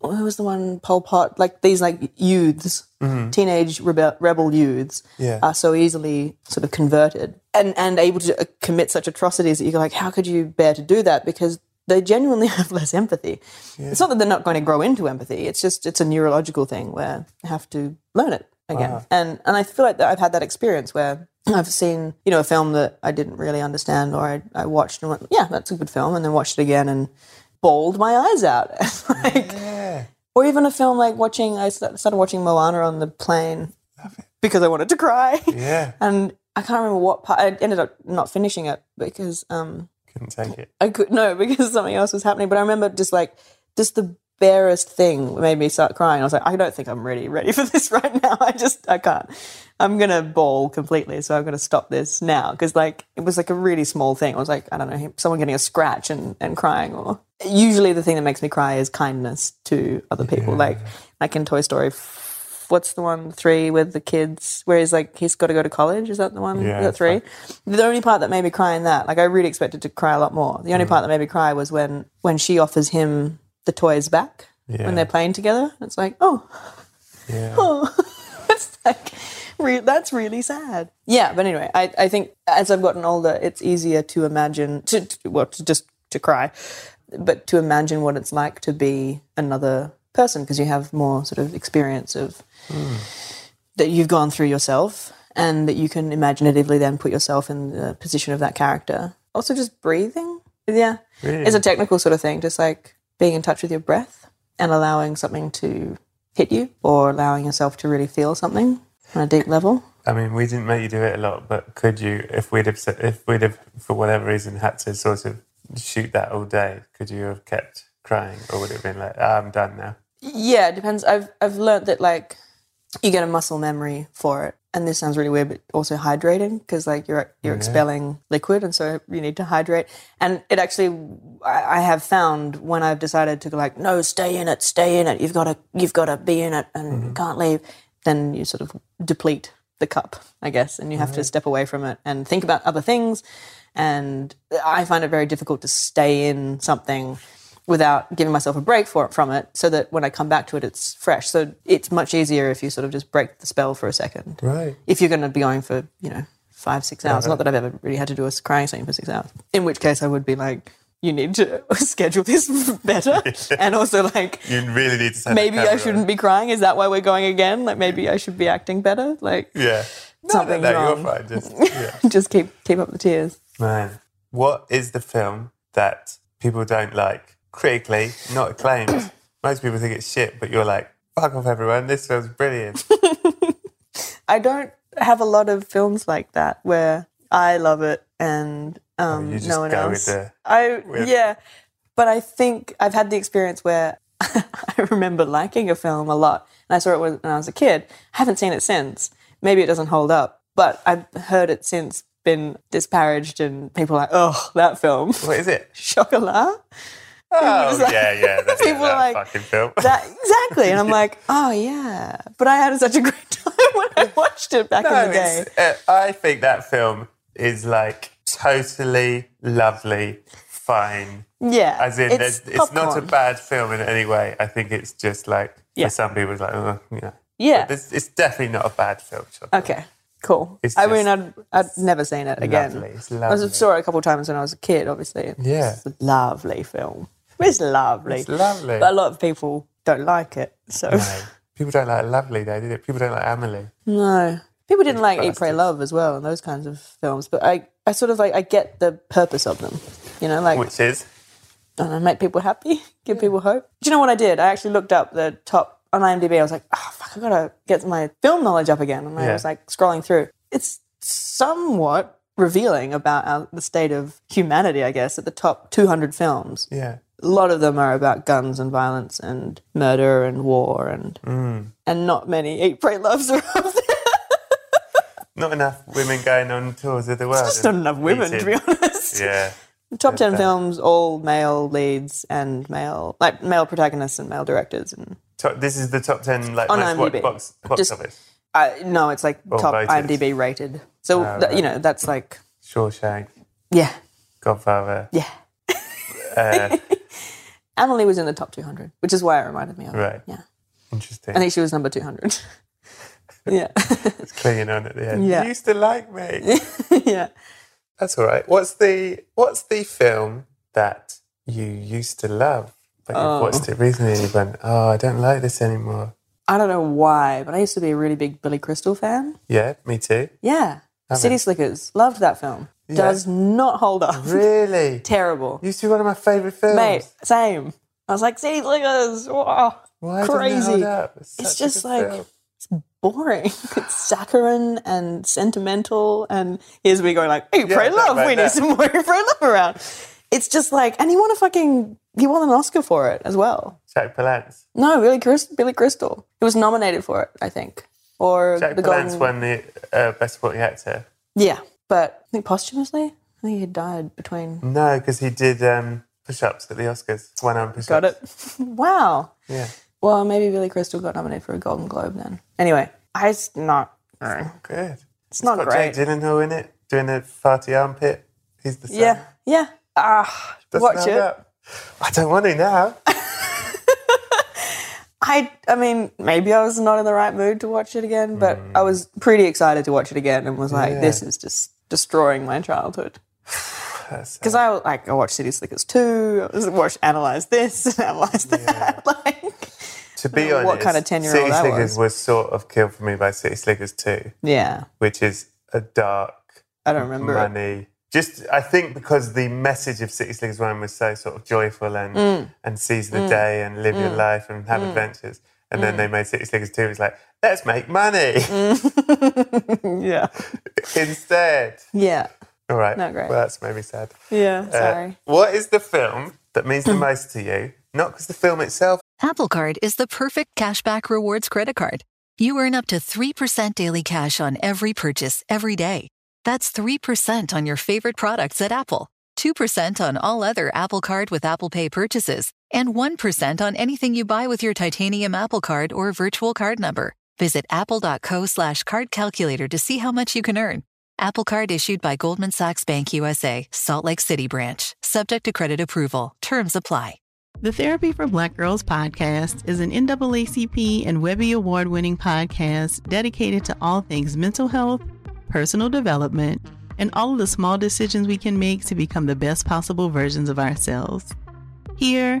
E: who was the one Pol Pot? Like these like youths, teenage rebel, rebel youths,
D: Yeah.
E: are so easily sort of converted and and able to uh, commit such atrocities that you're like, how could you bear to do that? Because they genuinely have less empathy. It's not that they're not going to grow into empathy. It's just it's a neurological thing where you have to learn it again. And and I feel like that I've had that experience where I've seen you know a film that I didn't really understand or I, I watched and went, yeah, that's a good film, and then watched it again and bawled my eyes out. like, Or even a film like watching, I st- started watching Moana on the plane because I wanted to cry.
D: Yeah.
E: And I can't remember what part, I ended up not finishing it because um,
D: Couldn't take it.
E: I could, no, because something else was happening. But I remember just like, just the barest thing made me start crying. I was like, I don't think I'm ready, ready for this right now. I just, I can't. I'm going to bawl completely. So I'm going to stop this now. Cause like, it was like a really small thing. I was like, I don't know, someone getting a scratch and, and crying or usually the thing that makes me cry is kindness to other people. Like, like in Toy Story, f- what's the one three with the kids where he's like, he's got to go to college. Is that the one?
D: Yeah,
E: is that three? The only part that made me cry in that, like I really expected to cry a lot more. The only part that made me cry was when, when she offers him the toys back
D: Yeah.
E: when they're playing together. It's like, oh,
D: Yeah.
E: it's like re- that's really sad yeah but anyway I, I think as i've gotten older it's easier to imagine to, to well to just to cry but to imagine what it's like to be another person because you have more sort of experience of that you've gone through yourself and that you can imaginatively then put yourself in the position of that character also just breathing yeah it's a technical sort of thing just like being in touch with your breath and allowing something to hit you or allowing yourself to really feel something on a deep level.
D: I mean, we didn't make you do it a lot, but could you, if we'd have, s- if we'd have, for whatever reason, had to sort of shoot that all day, could you have kept crying, or would it have been like, ah, I'm done now?
E: Yeah, it depends. I've I've learnt that like you get a muscle memory for it. And this sounds really weird, but also hydrating because like you're you're expelling liquid, and so you need to hydrate. And it actually, I, I have found when I've decided to go like, no, stay in it, stay in it. You've got to you've got to be in it, and you can't leave. Then you sort of deplete the cup, I guess, and you have to step away from it and think about other things. And I find it very difficult to stay in something without giving myself a break for from it so that when I come back to it it's fresh. So it's much easier if you sort of just break the spell for a second.
D: Right.
E: If you're gonna be going for, you know, five, six hours. Not that I've ever really had to do a s- crying scene for six hours. In which case I would be like, you need to schedule this better. and also like
D: You really need to. turn
E: maybe
D: the
E: I
D: camera
E: shouldn't be crying. Is that why we're going again? Like maybe I should be acting better? Like
D: On. Yeah. No, no,
E: something's
D: no,
E: wrong.
D: you're fine. Just yeah.
E: just keep keep up the tears.
D: Man, what is the film that people don't like critically, not acclaimed? Most people think it's shit, but you're like, fuck off, everyone. This film's brilliant.
E: I don't have a lot of films like that where I love it and um,
D: Oh, you just
E: no one
D: go with
E: else.
D: the-
E: I
D: with-
E: yeah, but I think I've had the experience where I remember liking a film a lot, and I saw it when when I was a kid. I haven't seen it since. Maybe it doesn't hold up, but I've heard it since been disparaged and people are like, oh, that film,
D: what is it?
E: chocolat.
D: Oh,
E: was like-
D: yeah, yeah. That's it, Ah,
E: People are
D: that
E: like,
D: fucking film.
E: That exactly, and I'm like, oh yeah. But I had such a great time when I watched it back in the day.
D: it's- uh, I think that film is like totally lovely, fine.
E: Yeah.
D: As in, it's, it's not a
E: popcorn.
D: bad film in any way. I I think it's just like
E: Yeah.
D: for some people, it's like, oh, you know,
E: Yeah.
D: this, it's definitely not a bad film. Sean.
E: Okay. Cool.
D: It's
E: I mean,
D: just-
E: I'd, I'd never seen it again.
D: lovely, it's
E: I
D: lovely.
E: saw it a couple of times when I was a kid, obviously. It's
D: Yeah.
E: a lovely film. It's lovely.
D: It's lovely.
E: But a lot of people don't like it. So,
D: No. People don't like Lovely, though, did it? People don't like Amelie.
E: no. People didn't like Eat, Pray,
D: bastards.
E: Love as well and those kinds of films. But I, I sort of like, I get the purpose of them. You know, like,
D: Which is,
E: I don't know, make people happy, give people hope. Do you know what I did? I actually looked up the top on IMDb. I was like, oh, fuck, I gotta get my film knowledge up again. And I
D: Yeah.
E: was like scrolling through. It's somewhat revealing about our, the state of humanity, I guess, at the top 200 films.
D: yeah.
E: A lot of them are about guns and violence and murder and war and
D: Mm.
E: and not many Eat, Pray, Loves are up there.
D: Not enough women going on tours of the world.
E: Just not enough women, to be honest.
D: Yeah.
E: Top ten
D: that.
E: films, all male leads and male like male protagonists and male directors and
D: Top, this is the top 10 like,
E: On
D: most what,
E: IMDb.
D: box, box
E: Just-
D: office.
E: Uh, no, it's like
D: Or
E: top
D: voted.
E: IMDb rated. So
D: Oh,
E: th- you
D: right.
E: know that's like
D: Shawshank,
E: yeah,
D: Godfather.
E: yeah.
D: Uh,
E: Emily was in the top 200, which is why it reminded me of it.
D: Right.
E: Yeah.
D: Interesting.
E: I think she was number 200. yeah.
D: it's clinging on at the end.
E: Yeah.
D: You used to like me.
E: yeah.
D: That's all right. What's the What's the film that you used to love, but you've
E: Oh.
D: watched it recently and you went, "Oh, I don't like this anymore."
E: I don't know why, but I used to be a really big Billy Crystal fan.
D: Yeah, me too.
E: Yeah. City Slickers. Loved that film. Does not hold up.
D: Really,
E: Terrible.
D: used to be one of my favorite films.
E: Mate, same. I was like, City Slickers. Wow.
D: Why
E: crazy.
D: Didn't it hold up?
E: It's
D: such a
E: just
D: good
E: like-
D: film.
E: boring. It's saccharine and sentimental. And here's me going like, "Hey,
D: Yeah,
E: pray
D: that
E: love.
D: right
E: we
D: there.
E: need some more pray love around." It's just like, and he won a fucking, he won an Oscar for it as well.
D: Jack Palance.
E: No, Billy Crystal. Billy Crystal. He was nominated for it, I think, or
D: Jack
E: the
D: Palance
E: Golden.
D: won the uh, Best Supporting Actor.
E: Yeah, but I think posthumously. I think he had died between.
D: No, because he did um, push-ups at the Oscars. One arm push-ups.
E: Got it. wow.
D: Yeah.
E: Well, maybe Billy Crystal got nominated for a Golden Globe then. Anyway, I it's not.
D: Good.
E: It's not
D: got
E: great.
D: Jake Gyllenhaal in it doing a farty armpit. He's the son.
E: Yeah, yeah. Ah,
D: Doesn't
E: watch
D: hold
E: it.
D: up. I don't want to now.
E: I I mean, maybe I was not in the right mood to watch it again, but
D: Hmm.
E: I was pretty excited to watch it again and was like, this is just destroying my childhood. Because I like I watched City Slickers 2, I was- watched Analyze This and Analyze That. like
D: To be
E: know
D: honest,
E: what kind of 10-year-old
D: City
E: I
D: Slickers
E: was.
D: sort of killed for me by City Slickers 2,
E: Yeah.
D: which is a dark,
E: I don't remember. it.
D: money. Just, I think because the message of City Slickers 1 was so sort of joyful and,
E: Mm.
D: and seize the day and live your life and have adventures. And
E: Mm.
D: then they made City Slickers 2. It's like, let's make money
E: Yeah.
D: instead.
E: Yeah.
D: All right.
E: Not great.
D: Well, that's made me sad.
E: Yeah.
D: Uh,
E: Sorry.
D: what is the film that means the most to you? Not because the film itself
F: Apple Card is the perfect cashback rewards credit card. You earn up to 3% daily cash on every purchase every day. That's 3% on your favorite products at Apple, 2% on all other Apple Card with Apple Pay purchases, and 1% on anything you buy with your titanium Apple Card or virtual card number. Visit apple.co slash card calculator to see how much you can earn. Apple Card issued by Goldman Sachs Bank USA, Salt Lake City branch, subject to credit approval. Terms apply.
G: The Therapy for Black Girls podcast is an NAACP and Webby Award winning podcast dedicated to all things mental health, personal development, and all of the small decisions we can make to become the best possible versions of ourselves. Here,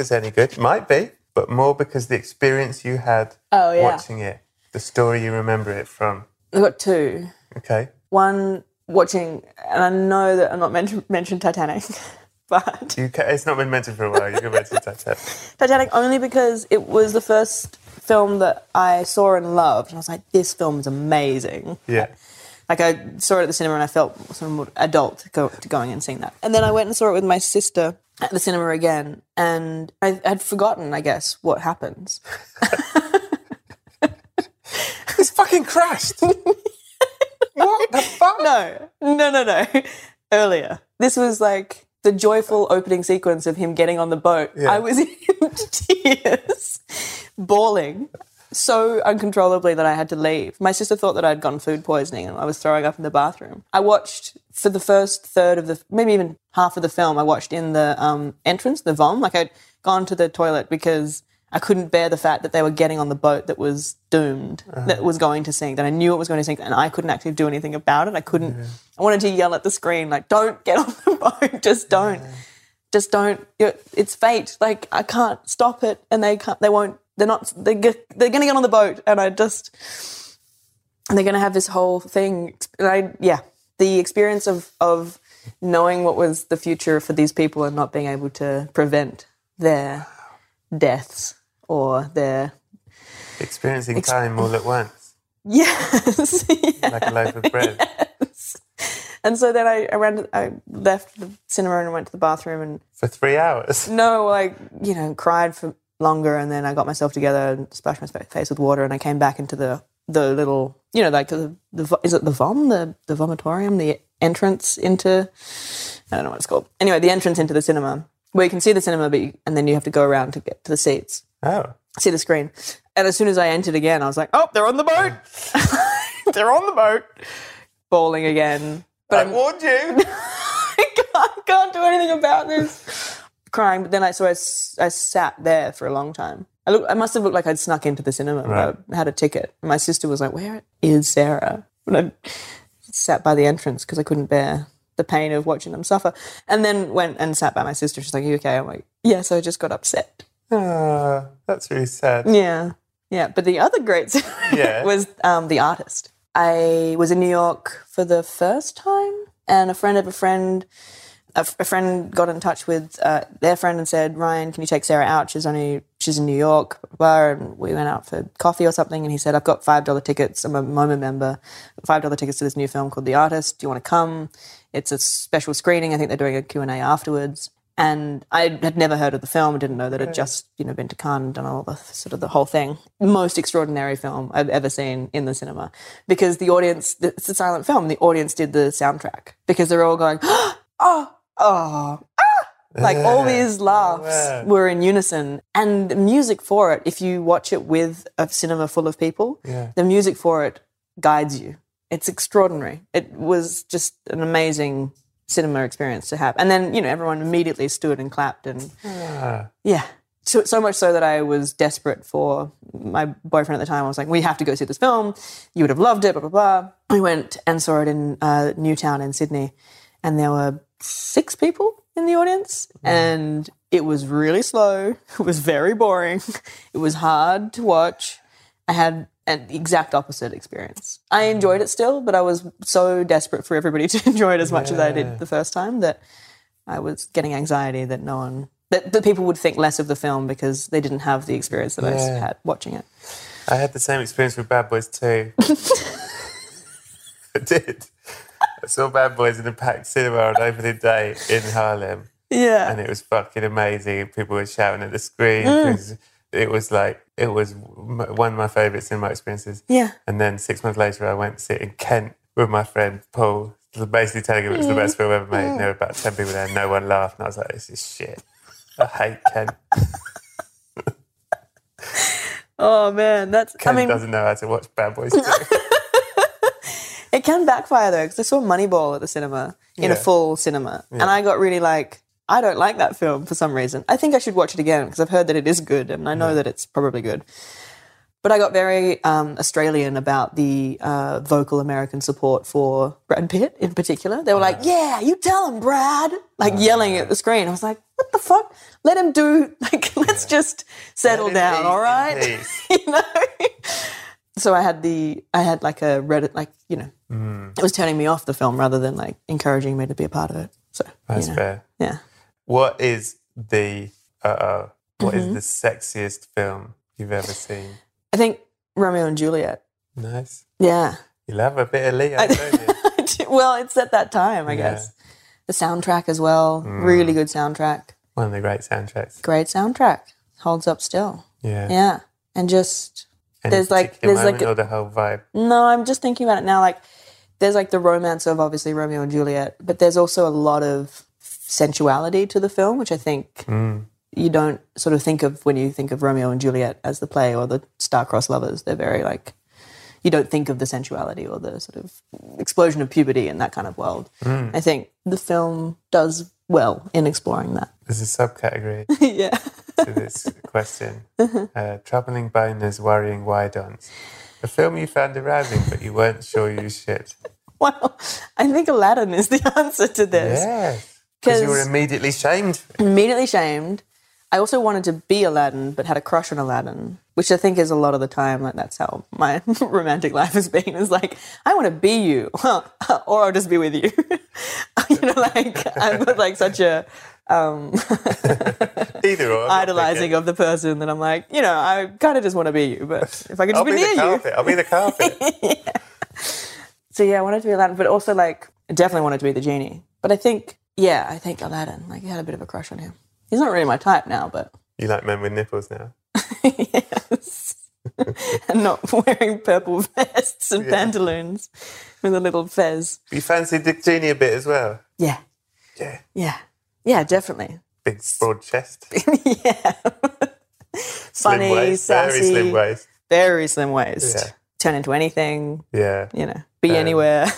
D: is any good. Might be, but more because the experience you had
E: Oh, yeah.
D: watching it, the story you remember it from.
E: I've got two.
D: Okay.
E: One watching, and I know that I'm not meant to mention Titanic, but
D: You ca it's not been mentioned for a while. You can mention that.
E: Titanic only because it was the first film that I saw and loved, and I was like, "This film is amazing."
D: Yeah.
E: Like I saw it at the cinema, and I felt sort of more adult go, to going and seeing that. And then I went and saw it with my sister at the cinema again, and I had forgotten, I guess, what happens.
D: It's fucking crashed. what the fuck?
E: No, no, no, no. Earlier, this was like the joyful opening sequence of him getting on the boat. I was in tears, bawling so uncontrollably that I had to leave. My sister thought that I'd gone food poisoning and I was throwing up in the bathroom. I watched for the first third of the, maybe even half of the film, I watched in the um, entrance, the vom. Like I'd gone to the toilet because I couldn't bear the fact that they were getting on the boat that was doomed, that was going to sink, that I knew it was going to sink, and I couldn't actually do anything about it. I couldn't. I wanted to yell at the screen, like, "Don't get on the boat! Just don't, just don't! You're- It's fate! Like I can't stop it!" And they can't. They won't. They're not. They're, g- they're going to get on the boat, and I just. They're going to have this whole thing. And I yeah, the experience of of knowing what was the future for these people and not being able to prevent their deaths or their
D: Experiencing
E: Ex-
D: time all at once,
E: yes
D: like a loaf of bread.
E: And so then I, I ran. To, I left the cinema and went to the bathroom and
D: For three hours.
E: no, like you know, cried for longer. And then I got myself together and splashed my spa- face with water. And I came back into the the little, you know, like the, the vo- is it the vom the the vomitorium the entrance into I don't know what it's called. Anyway, the entrance into the cinema where you can see the cinema, but you, and then you have to go around to get to the seats.
D: Oh.
E: See the screen. And as soon as I entered again, I was like, oh, they're on the boat. they're on the boat. Bowling again. But I
D: warned you. I
E: can't, can't do anything about this. Crying. But then I, so I, s- I sat there for a long time. I, look, I must have looked like I'd snuck into the cinema. but
H: Right.
E: I had a ticket. And my sister was like, where is Sarah? And I sat by the entrance because I couldn't bear the pain of watching them suffer. And then went and sat by my sister. She's like, you okay? I'm like, yeah. So I just got upset.
D: Ah, that's really sad.
E: Yeah, yeah. But the other great story
D: Yeah.
E: was um, the artist. I was in New York for the first time, and a friend of a friend, a, f- a friend got in touch with uh, their friend and said, "Ryan, can you take Sarah out? She's only she's in New York." Blah, blah, blah. And we went out for coffee or something, and he said, "I've got five dollar tickets. I'm a MoMA member. Five dollar tickets to this new film called The Artist. Do you want to come? It's a special screening. I think they're doing a Q and A afterwards." And I had never heard of the film. Didn't know that it
H: Right.
E: just you know been to Cannes and done all the sort of the whole thing. Most extraordinary film I've ever seen in the cinema because the audience it's a silent film. The audience did the soundtrack because they're all going oh oh ah like all
H: Yeah.
E: these laughs
H: Yeah.
E: were in unison and the music for it. If you watch it with a cinema full of people,
H: Yeah.
E: the music for it guides you. It's extraordinary. It was just an amazing cinema experience to have. And then you know everyone immediately stood and clapped and.
D: Ah.
E: Yeah. So, so much so that I was desperate for my boyfriend at the time. I was like, we have to go see this film. You would have loved it, blah, blah, blah. We went and saw it in uh, Newtown in Sydney, and there were six people in the audience, and it was really slow. It was very boring. It was hard to watch. I had an exact opposite experience. I enjoyed it still, but I was so desperate for everybody to enjoy it as much as I
H: Yeah.
E: did the first time that I was getting anxiety that no one that, that people would think less of the film because they didn't have the experience that I s-
D: Yeah.
E: had watching it.
D: I had the same experience with Bad Boys too. I did. I saw Bad Boys in a packed cinema on opening day in Harlem.
E: Yeah.
D: And it was fucking amazing. People were shouting at the screen.
E: Mm.
D: It was- It was like, it was m- one of my favourite cinema experiences.
E: Yeah.
D: And then six months later, I went to sit in Kent with my friend Paul, basically telling him it was the
H: Mm.
D: best film ever made.
H: Mm.
D: There were about 10 people there, and no one laughed. And I was like, this is shit. I hate Kent.
E: Oh man, that's
D: Kent
E: I mean
D: doesn't know how to watch Bad Boys 2.
E: it can backfire though because I saw Moneyball at the cinema in a
H: Yeah.
E: full cinema
H: Yeah.
E: and I got really like I don't like that film for some reason. I think I should watch it again because I've heard that it is good and I know that it's probably good. But I got very um, Australian about the uh, vocal American support for Brad Pitt in particular. They were like, "Yeah, you tell him, Brad," like
H: Oh,
E: yelling at the screen. I was like, "What the fuck? Let him do. Like, let's just settle down, all right?" you know. So I had the I had like a Reddit, like you know, it was turning me off the film rather than like encouraging me to be a part of it. So
D: That's
E: you know.
D: fair.
E: Yeah.
D: What is the uh what is
E: Mhm.
D: the sexiest film you've ever seen?
E: I think Romeo and Juliet.
D: Nice.
E: Yeah.
D: You love a bit of Leo.
E: I-
D: don't you?
E: well, it's at that time, I
D: Yeah.
E: guess. The soundtrack as well,
D: Mm.
E: really good soundtrack.
D: One of the great soundtracks.
E: Great soundtrack, holds up still.
D: Yeah.
E: Yeah, and just
D: Any
E: there's like
D: particular
E: there's like
D: moment or the whole vibe.
E: No, I'm just thinking about it now. Like, there's like the romance of obviously Romeo and Juliet, but there's also a lot of sensuality to the film, which I think
D: Mm.
E: you don't sort of think of when you think of Romeo and Juliet as the play or the star-crossed lovers. They're very like, you don't think of the sensuality or the sort of explosion of puberty in that kind of world.
D: Mm.
E: I think the film does well in exploring that.
D: There's a subcategory
E: yeah.
D: to this question.
E: Uh-huh.
D: Uh, troubling boners, worrying why don'ts. A film you found arousing, but you weren't sure you should.
E: Well, I think Aladdin is the answer to this.
D: Yes. Because you were
E: 'Cause-
D: immediately shamed.
E: Immediately shamed. I also wanted to be Aladdin, but had a crush on Aladdin, which I think is a lot of the time. Like that's how my romantic life has been. Is like I want to be you, or I'll just be with you. you know, like I'm like such a um,
D: Either or.
E: idolizing of the person that I'm like, you know, I kind of just want to be you, but if I could just
D: I'll
E: be,
D: be
E: near
D: the
E: you,
D: carpet. I'll be the carpet.
E: So yeah, I wanted to be Aladdin, but also like I definitely wanted to be the genie. But I think yeah, I think Aladdin. Like I had a bit of a crush on him. He's not really my type now, but
D: You like men with nipples now.
E: and not wearing purple vests and pantaloons with a little fez.
D: You fancied Dick Genie a bit as well.
E: Yeah.
D: Yeah.
E: Yeah. Yeah, definitely.
D: Big broad chest.
E: Funny,
D: waist, very
E: sassy,
D: slim waist.
E: very slim waist.
D: Yeah.
E: Turn into anything.
D: Yeah.
E: You know, be
D: Um,
E: anywhere.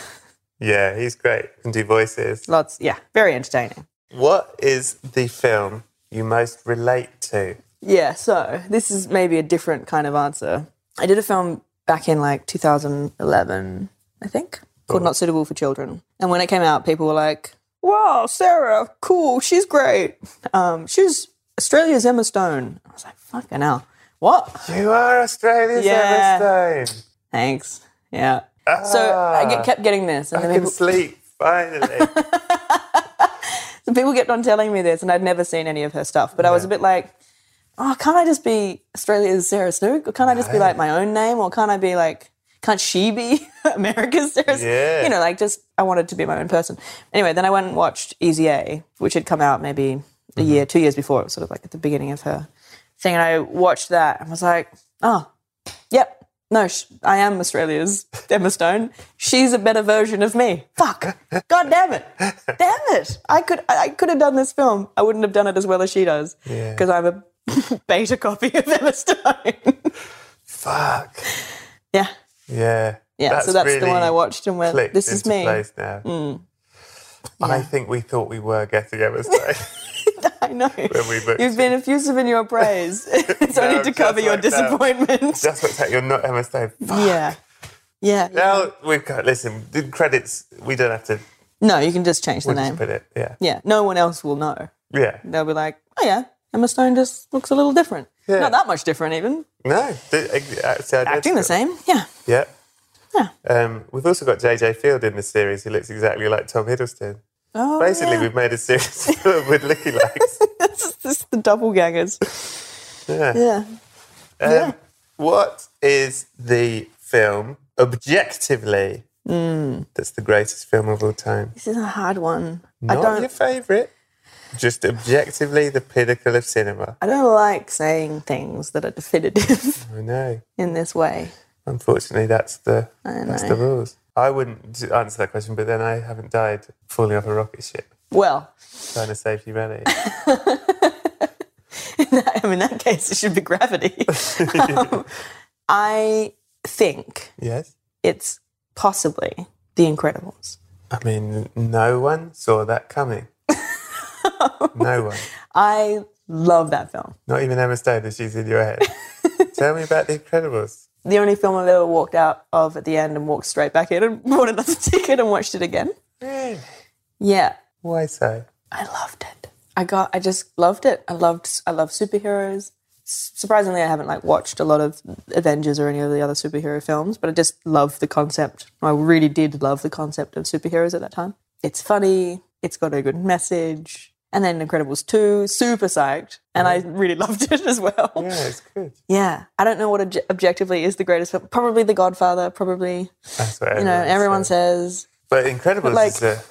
D: Yeah, he's great. Can do voices.
E: Lots. Yeah, very entertaining.
D: What is the film you most relate to?
E: Yeah, so this is maybe a different kind of answer. I did a film back in like 2011, I think, called Not Suitable for Children. And when it came out, people were like, wow, Sarah, cool, she's great. Um, she's Australia's Emma Stone. I was like, fucking hell. What?
D: You are Australia's
E: Yeah.
D: Emma Stone.
E: Thanks. Yeah. so I get, kept getting this. And
D: Ah. I
E: then
D: can
E: people,
D: sleep finally.
E: so people kept on telling me this, and I'd never seen any of her stuff. But I was a bit like, oh, can't I just be Australia's Sarah Snook? Or can't I just be
H: No.
E: like my own name? Or can't I be like, can't she be America's Sarah Snook?
H: Yeah.
E: You know, like just, I wanted to be my own person. Anyway, then I went and watched Easy A, which had come out maybe
H: Mm-hmm.
E: a year, two years before. It was sort of like at the beginning of her thing. And I watched that and was like, oh, yep. No, sh- I am Australia's Emma Stone. She's a better version of me. Fuck. God damn it. Damn it. I could I I could have done this film. I wouldn't have done it as well as she does
D: Yeah.
E: because I'm a beta copy of Emma Stone.
D: Fuck.
E: Yeah.
D: Yeah.
E: Yeah, so that's the one I watched and went,
D: clicked
E: "This is
D: into
E: me."
D: place now.
E: Mm.
D: I think we thought we were getting Emma Stone
E: I know.
D: when we booked.
E: You've been effusive in your praise. it's
D: No,
E: only to
D: just
E: cover your
D: like that.
E: disappointment.
D: Just what's that? You're not Emma Stone.
E: Yeah. Yeah.
D: Now we've got. Listen, the credits. We don't have to.
E: No, you can just change the
D: We'll
E: name.
D: just put it. Yeah.
E: Yeah. No one else will know.
D: Yeah.
E: They'll be like, oh yeah, Emma Stone just looks a little different.
D: Yeah.
E: Not that much different even.
D: No. th- ex- Actually, I
E: Acting the same. Yeah.
D: Yeah. Um, we've also got JJ Field in this series, who looks exactly like Tom Hiddleston.
E: Oh,
D: Basically,
E: yeah.
D: we've made a series filled with lookalikes.
E: This is the doppelgangers.
D: Yeah.
E: yeah.
D: Um,
E: Yeah.
D: What is the film objectively
E: Mm.
D: that's the greatest film of all time?
E: This is a hard one. I
D: Not
E: don't.
D: your favourite. Just objectively the pinnacle of cinema.
E: I don't like saying things that are definitive
D: I know.
E: in this way.
D: Unfortunately, that's the
E: I
D: that's
E: know.
D: the rules. I wouldn't d- answer that question, but then I haven't died falling off a rocket ship
E: Well,
D: trying to save humanity.
E: I mean, in that case, it should be gravity. Um, I think
D: yes.
E: it's possibly The Incredibles.
D: I mean, no one saw that coming. no one.
E: I love that film.
D: Not even Emma Stone if she's in your head. Tell me about The Incredibles.
E: The only film I've ever walked out of at the end and walked straight back in and bought another ticket and watched it again.
D: Really?
E: Yeah.
D: Why so?
E: I loved it. I got. I just loved it. I loved. I love superheroes. S- Surprisingly, I haven't like watched a lot of Avengers or any of the other superhero films, but I just love the concept. I really did love the concept of superheroes at that time. It's funny. It's got a good message. And then Incredibles two, super psyched, and I really loved it as well.
D: Yeah, it's good.
E: Yeah, I don't know what obje- objectively is the greatest film. Probably The Godfather. Probably
D: That's what
E: you know
D: everyone
E: everyone says.
D: But Incredibles
E: But, like-
D: is a,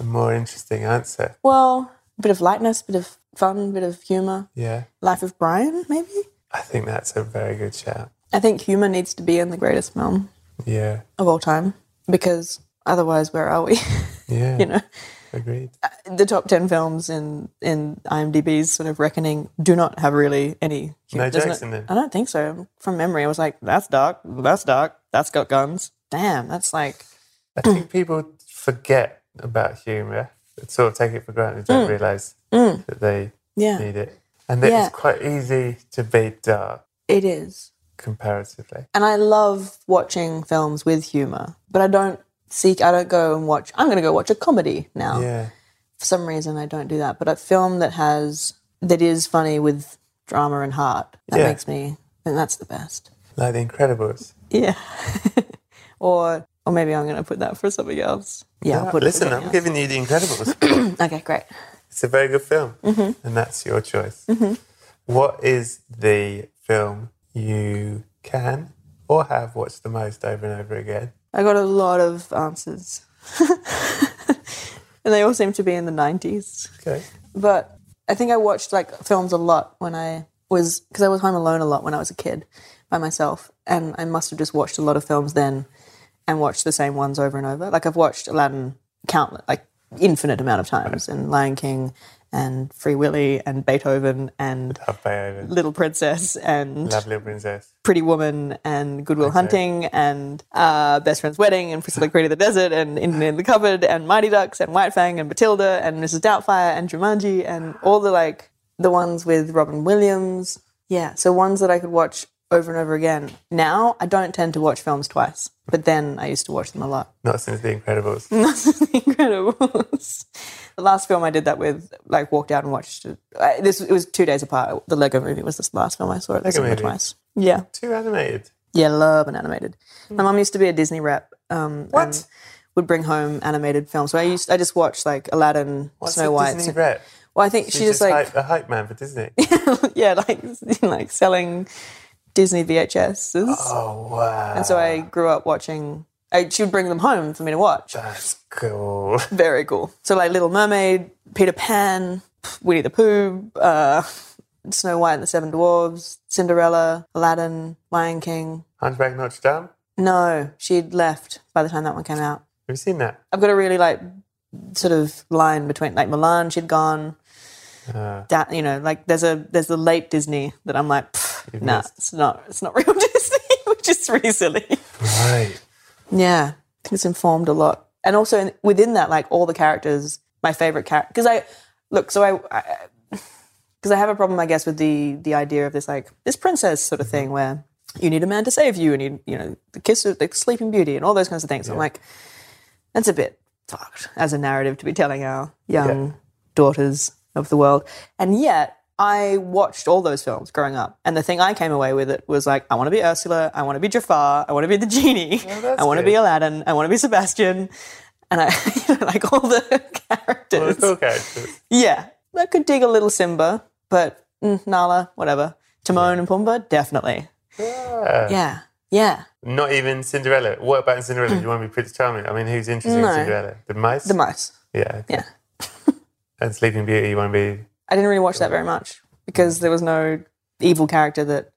D: a more interesting answer.
E: Well, a bit of lightness, bit of fun, bit of humor.
D: Yeah,
E: Life of Brian, maybe.
D: I think that's a very good shout.
E: I think humor needs to be in the greatest film
D: Yeah,
E: of all time because otherwise, where are we?
D: yeah.
E: you know, uh,
D: Agreed.
E: the top 10 films in in IMDb's sort of reckoning do not have really any
D: No
E: doesn't
D: jokes
E: it-
D: in them.
E: I don't think so. From memory, I was like, that's dark, that's dark, that's got guns. Damn, that's like
D: I think people forget about humour, sort of take it for granted, don't
E: Mm.
D: realise
E: Mm.
D: that they
E: Yeah.
D: need it. And that
E: Yeah.
D: it's quite easy to be dark
E: it is.
D: comparatively.
E: And I love watching films with humor, but I don't seek I don't go and watch I'm going to go watch a comedy now.
D: Yeah.
E: For some reason I don't do that, but a film that has that is funny with drama and heart. That
D: Yeah.
E: makes me and that's the best.
D: Like The Incredibles.
E: Yeah. or or maybe I'm going to put that for something else. Yeah, I'll put it for
D: Listen,
E: something
D: I'm giving you The Incredibles.
E: else. okay, great.
D: it's a very good film,
E: Mhm.
D: and that's your choice.
E: Mhm.
D: What is the film you can or have watched the most over and over again?
E: I got a lot of answers. and they all seem to be in the 90s.
D: Okay.
E: But I think I watched like films a lot when I was, because I was home alone a lot when I was a kid by myself. And I must have just watched a lot of films then and watched the same ones over and over. Like I've watched Aladdin countless, like infinite amount of times, and Lion King and Free Willy and Beethoven and
D: Love Beethoven.
E: Little Princess and
D: Love Little Princess.
E: Pretty Woman and Goodwill Hunting and uh, Best Friend's Wedding and Priscilla Queen of the Desert and In, in the Cupboard and Mighty Ducks and White Fang and Matilda and Mrs. Doubtfire and Jumanji and all the like the ones with Robin Williams. Yeah, so ones that I could watch over and over again. Now I don't tend to watch films twice, but then I used to watch them a lot.
D: Not since The Incredibles.
E: Mm-hmm. Incredibles. The last film I did that with, like, walked out and watched it. I, this it was two days apart. The Lego Movie was this last film I saw at the
D: Lego
E: cinema
D: Movie.
E: twice. Yeah.
D: Too animated.
E: Yeah, love an animated. My mum used to be a Disney rep. Um,
D: Mm. What?
E: And would bring home animated films. So I used, I just watched like Aladdin,
D: What's
E: Snow
D: a
E: White.
D: Disney rep?
E: Well, I think she,
D: She's
E: just, like
D: hype, a hype man for Disney.
E: yeah, like like selling Disney VHSs.
D: Oh wow!
E: And so I grew up watching. I, she would bring them home for me to watch.
D: That's cool.
E: Very cool. So like Little Mermaid, Peter Pan, Winnie the Pooh, uh, Snow White and the Seven Dwarves, Cinderella, Aladdin, Lion King.
D: Hunchback Notre Dame. Have
E: No, she'd left by the time that one came out.
D: you seen that?
E: I've got a really like sort of line between like Milan, she'd gone.
D: Uh,
E: That you know, like there's a there's the late Disney that I'm like, "Pff,
D: You've
E: nah,
D: missed.
E: it's not it's not real Disney, which is really silly.
D: right.
E: Yeah, I think it's informed a lot, and also in, within that, like all the characters, my favorite character. Because I look, so I because I have a problem, I guess, with the the idea of this like this princess sort of
D: Mm-hmm.
E: thing where you need a man to save you, and you you know the kiss of the Sleeping Beauty and all those kinds of things. I'm like, that's a bit fucked as a narrative to be telling our young daughters of the world, and yet. I watched all those films growing up, and the thing I came away with it was like, I want to be Ursula, I want to be Jafar, I want to be the genie,
D: Oh, that's
E: I want to
D: good.
E: be Aladdin, I want to be Sebastian, and I you know, like all the characters.
D: Well, the cool characters.
E: Yeah, I could dig a little Simba, but mm, Nala, whatever. Timon and Pumbaa, definitely.
D: Yeah.
E: Yeah, yeah.
D: Not even Cinderella. What about in Cinderella? Do you want to be Prince Charming? I mean, who's interested
E: Mm. No.
D: in Cinderella? The mice.
E: The mice.
D: Yeah. okay.
E: Yeah.
D: And Sleeping Beauty. You want to be?
E: I didn't really watch that very much because there was no evil character that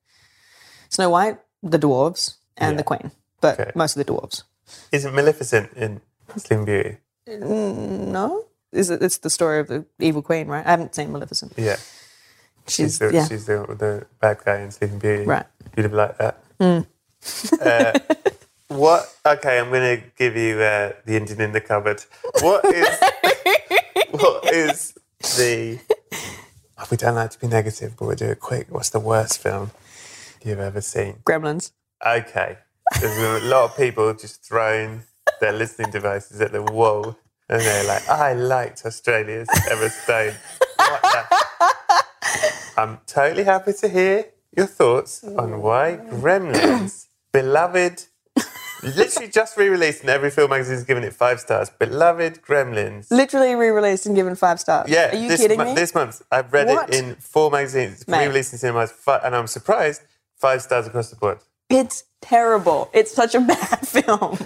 E: Snow White, the dwarves, and the queen, but
D: Okay.
E: most of the dwarves.
D: Isn't Maleficent in Sleeping Beauty?
E: Mm, No, is it? It's the story of the evil queen, right? I haven't seen Maleficent.
D: Yeah.
E: She's,
D: the,
E: yeah,
D: she's the, the bad guy in Sleeping Beauty.
E: Right. Hmm.
D: You'd have liked that. uh, what? Okay, I'm going to give you uh, the engine in the cupboard. What is? what is the? Oh, we don't like to be negative, but we'll do it quick. What's the worst film you've ever seen?
E: Gremlins.
D: Okay, there's a lot of people just throwing their listening devices at the wall, and they're like, "I liked Australia's Emma Stone." What the- I'm totally happy to hear your thoughts on why Gremlins, beloved, literally just re-released, and every film magazine's given it five stars. Beloved Gremlins.
E: Literally re-released and given five stars.
D: Yeah,
E: are you
D: this
E: kidding
D: mo-
E: me?
D: This month, I've read
E: What?
D: it in four magazines,
E: Mate.
D: re-released in cinemas, fi- and I'm surprised. Five stars across the board.
E: It's terrible. It's such a bad film.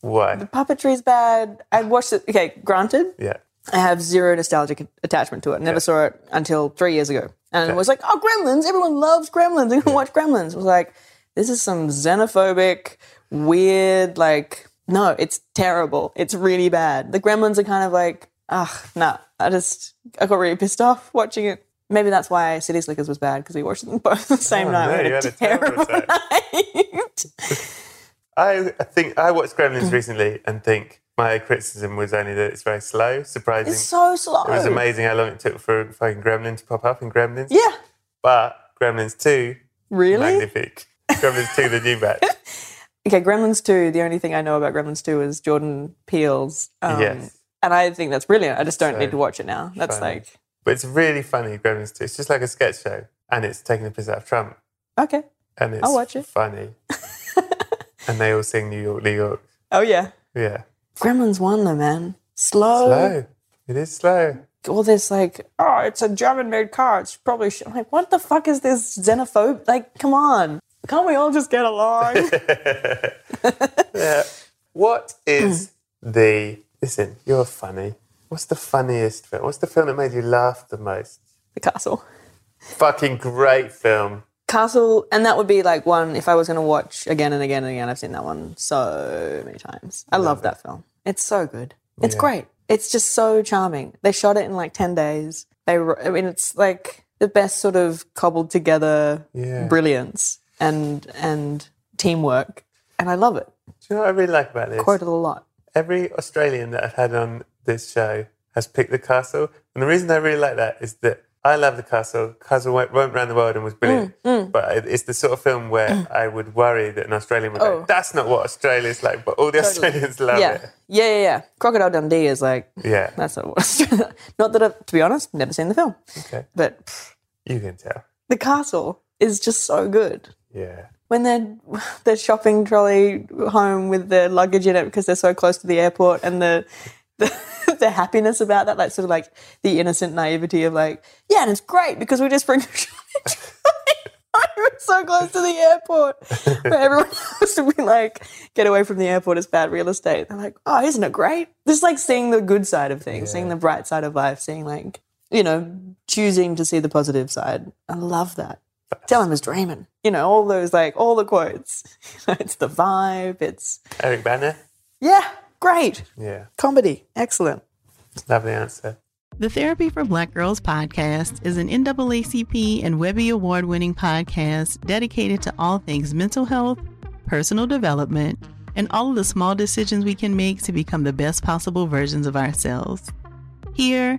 D: Why?
E: puppetry's bad. I watched it. Okay, granted,
D: Yeah.
E: I have zero nostalgic attachment to it. Never saw it until three years ago, and it was like, oh, Gremlins. Everyone loves Gremlins. They can watch Gremlins. It was like, this is some xenophobic, weird. Like, no, it's terrible. It's really bad. The Gremlins are kind of like Ugh, nah. I just I got really pissed off watching it. Maybe that's why City Slickers was bad because we watched them both the same
D: Oh,
E: night.
D: no,
E: We had
D: you
E: a
D: had a
E: terrible
D: I I think I watched
E: Mm.
D: Gremlins recently and think my criticism was only that it's very slow. Surprising.
E: It's so slow.
D: It was amazing how long it took for fucking Gremlin to pop up in Gremlins.
E: Yeah.
D: But Gremlins 2,
E: Really?
D: magnifique. Gremlins 2, the new batch.
E: Okay, Gremlins 2, the only thing I know about Gremlins 2 is Jordan Peele's. Um,
D: Yes.
E: And I think that's brilliant. I just don't
D: So
E: need to watch it now. That's
D: funny.
E: like,
D: But it's really funny, Gremlins 2. It's just like a sketch show and it's taking the piss out of Trump.
E: okay.
D: And it's
E: I'll watch it.
D: funny. and they all sing New York, New York.
E: Oh, yeah.
D: Yeah.
E: Gremlins 1, though, man. Slow.
D: Slow. It is slow.
E: All this, like, oh, it's a German made car. It's probably. Sh-. I'm like, what the fuck is this xenophobe? Like, come on. Can't we all just get along?
D: Yeah. What is the. Listen, you're funny. What's the funniest film? What's the film that made you laugh the most?
E: The Castle.
D: Fucking great film.
E: Castle, and that would be like one if I was going to watch again and again and again. I've seen that one so many times. I love that film. It's so good. It's
D: Yeah.
E: great. It's just so charming. They shot it in like 10 days. They wr- I mean it's like the best sort of cobbled together
D: Yeah.
E: brilliance and and teamwork. And I love it.
D: Do you know what I really like about this?
E: Quoted a lot.
D: Every Australian that I've had on this show has picked the castle. And the reason I really like that is that I love the castle. Castle went, went around the world
E: Mm,
D: and was brilliant. But it- it's the sort of film where I would worry that an Australian would go,
E: Oh.
D: that's not what Australia's like, but all the
E: Totally.
D: Australians love
E: yeah.
D: it.
E: Yeah, yeah, yeah. Crocodile Dundee is like
D: Yeah.
E: that's not what Not that I, to be honest, never seen the film.
D: Okay.
E: But pff,
D: You can tell.
E: the castle is just so good.
D: Yeah.
E: when they're their shopping trolley home with their luggage in it because they're so close to the airport and the the, the happiness about that, like sort of like the innocent naivety of like, yeah, and it's great because we just bring the shopping trolley home. It's so close to the airport. But everyone else would be like, get away from the airport, it's bad real estate. They're like, oh, isn't it great? Just like seeing the good side of things, seeing the bright side of life, seeing like, you know, choosing to see the positive side. I love that. Tell him he's dreaming. You know, all those like all the quotes. it's the vibe. It's
D: Eric Banner?
E: yeah, great
D: Yeah.
E: comedy, excellent.
D: Lovely answer.
G: The Therapy for Black Girls podcast is an NAACP and Webby Award winning podcast dedicated to all things mental health, personal development, and all of the small decisions we can make to become the best possible versions of ourselves. Here,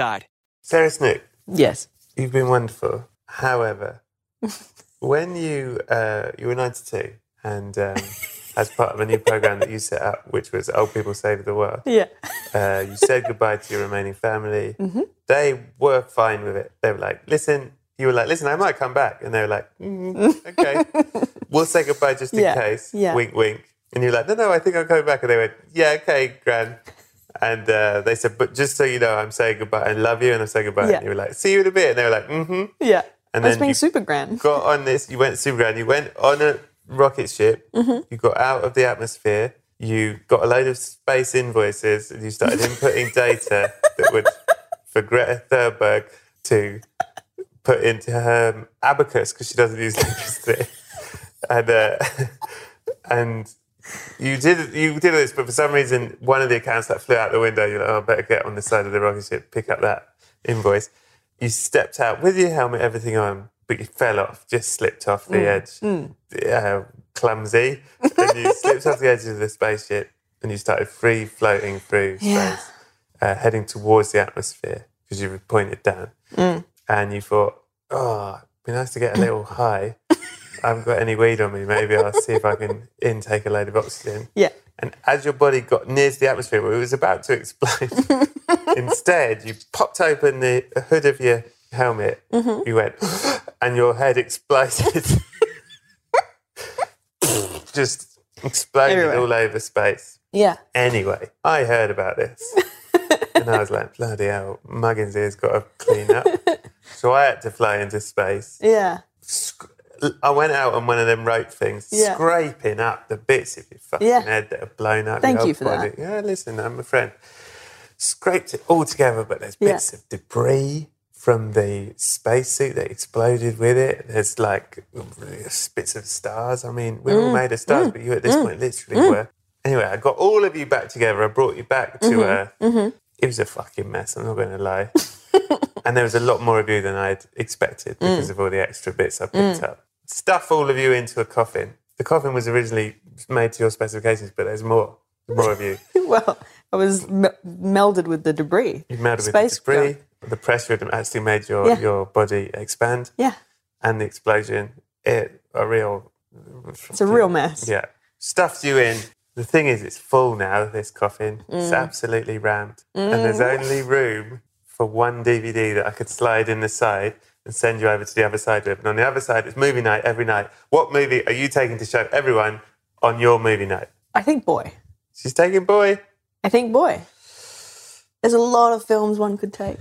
D: Sarah Snook.
E: Yes.
D: You've been wonderful. However, when you uh, you were ninety two and um, as part of a new program that you set up, which was Old People Save the World.
E: Yeah.
D: Uh, you said goodbye to your remaining family.
E: Mhm.
D: They were fine with it. They were like, listen, you were like, listen, I might come back. And they were like, mm, okay, we'll say goodbye just in
E: Yeah,
D: case.
E: yeah.
D: Wink, wink. And you're like, no, no, I think I'm coming back. And they went, yeah, okay, Gran. And uh, they said, but just so you know, I'm saying goodbye. I love you and I'm saying goodbye.
E: Yeah.
D: And you were like, see you in a bit. And they were like, mm hmm
E: Yeah.
D: And
E: I was
D: then
E: being
D: you-
E: super grand.
D: got on this, you went super grand, you went on a rocket ship,
E: Mhm.
D: you got out of the atmosphere, you got a load of space invoices, and you started inputting data that would for Greta Thunberg to put into her um, abacus because she doesn't use electricity. and uh, and you did you did this, but for some reason, one of the accounts that flew out the window, you're like, oh, I better get on the side of the rocket ship, pick up that invoice. You stepped out with your helmet, everything on, but you fell off, just slipped off the
I: Mm.
D: edge,
I: Mm.
D: uh, clumsy, and you slipped off the edge of the spaceship, and you started free floating through space,
E: Yeah.
D: uh, heading towards the atmosphere because you were pointed down
E: Mm.
D: and you thought, oh, it'd be nice to get a little high. I haven't got any weed on me. Maybe I'll see if I can intake a load of oxygen.
E: Yeah.
D: And as your body got near to the atmosphere where it was about to explode, instead, you popped open the hood of your helmet.
E: Mhm.
D: You went, and your head exploded. Just exploded
E: Everywhere.
D: all over space.
E: Yeah.
D: Anyway, I heard about this. and I was like, bloody hell, Muggins here's got to clean up. so I had to fly into space.
E: Yeah.
D: I went out on one of them rope things,
E: Yeah.
D: scraping up the bits of your fucking
E: Yeah.
D: head that have blown up.
E: Thank
D: your
E: you
D: whole
E: for
D: body.
E: that.
D: Yeah, listen, I'm a friend. Scraped it all together, but there's
E: Yeah.
D: bits of debris from the spacesuit that exploded with it. There's like bits of stars. I mean, we're all
I: Mm,
D: made of stars,
I: mm,
D: but you at this
I: mm,
D: point literally
I: mm.
D: were. Anyway, I got all of you back together. I brought you back to
I: Mhm,
D: Earth.
I: mhm.
D: It was a fucking mess. I'm not going to lie. and there was a lot more of you than I'd expected because
I: Mm.
D: of all the extra bits I picked
I: Mm.
D: up. Stuff all of you into a coffin. The coffin was originally made to your specifications, but there's more. More of you.
E: well, I was me- melded with the debris.
D: You melted with
E: Space
D: the debris. The pressure had actually made your,
E: Yeah.
D: your body expand.
E: Yeah.
D: And the explosion, it a real.
E: It's a real mess.
D: Yeah. Stuffed you in. The thing is, it's full now, this coffin. It's
I: Mm.
D: absolutely rammed. And
I: Mm.
D: there's only room for one DVD that I could slide in the side and send you over to the other side with. And on the other side, it's movie night every night. What movie are you taking to show everyone on your movie night?
E: I think boy.
D: She's taking Boy.
E: I think boy. There's a lot of films one could take.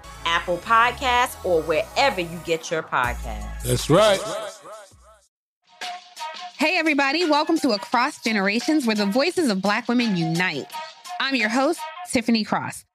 A: Apple Podcasts, or wherever you get your podcasts.
I: That's right.
J: Hey, everybody, welcome to Across Generations, where the voices of Black women unite. I'm your host, Tiffany Cross.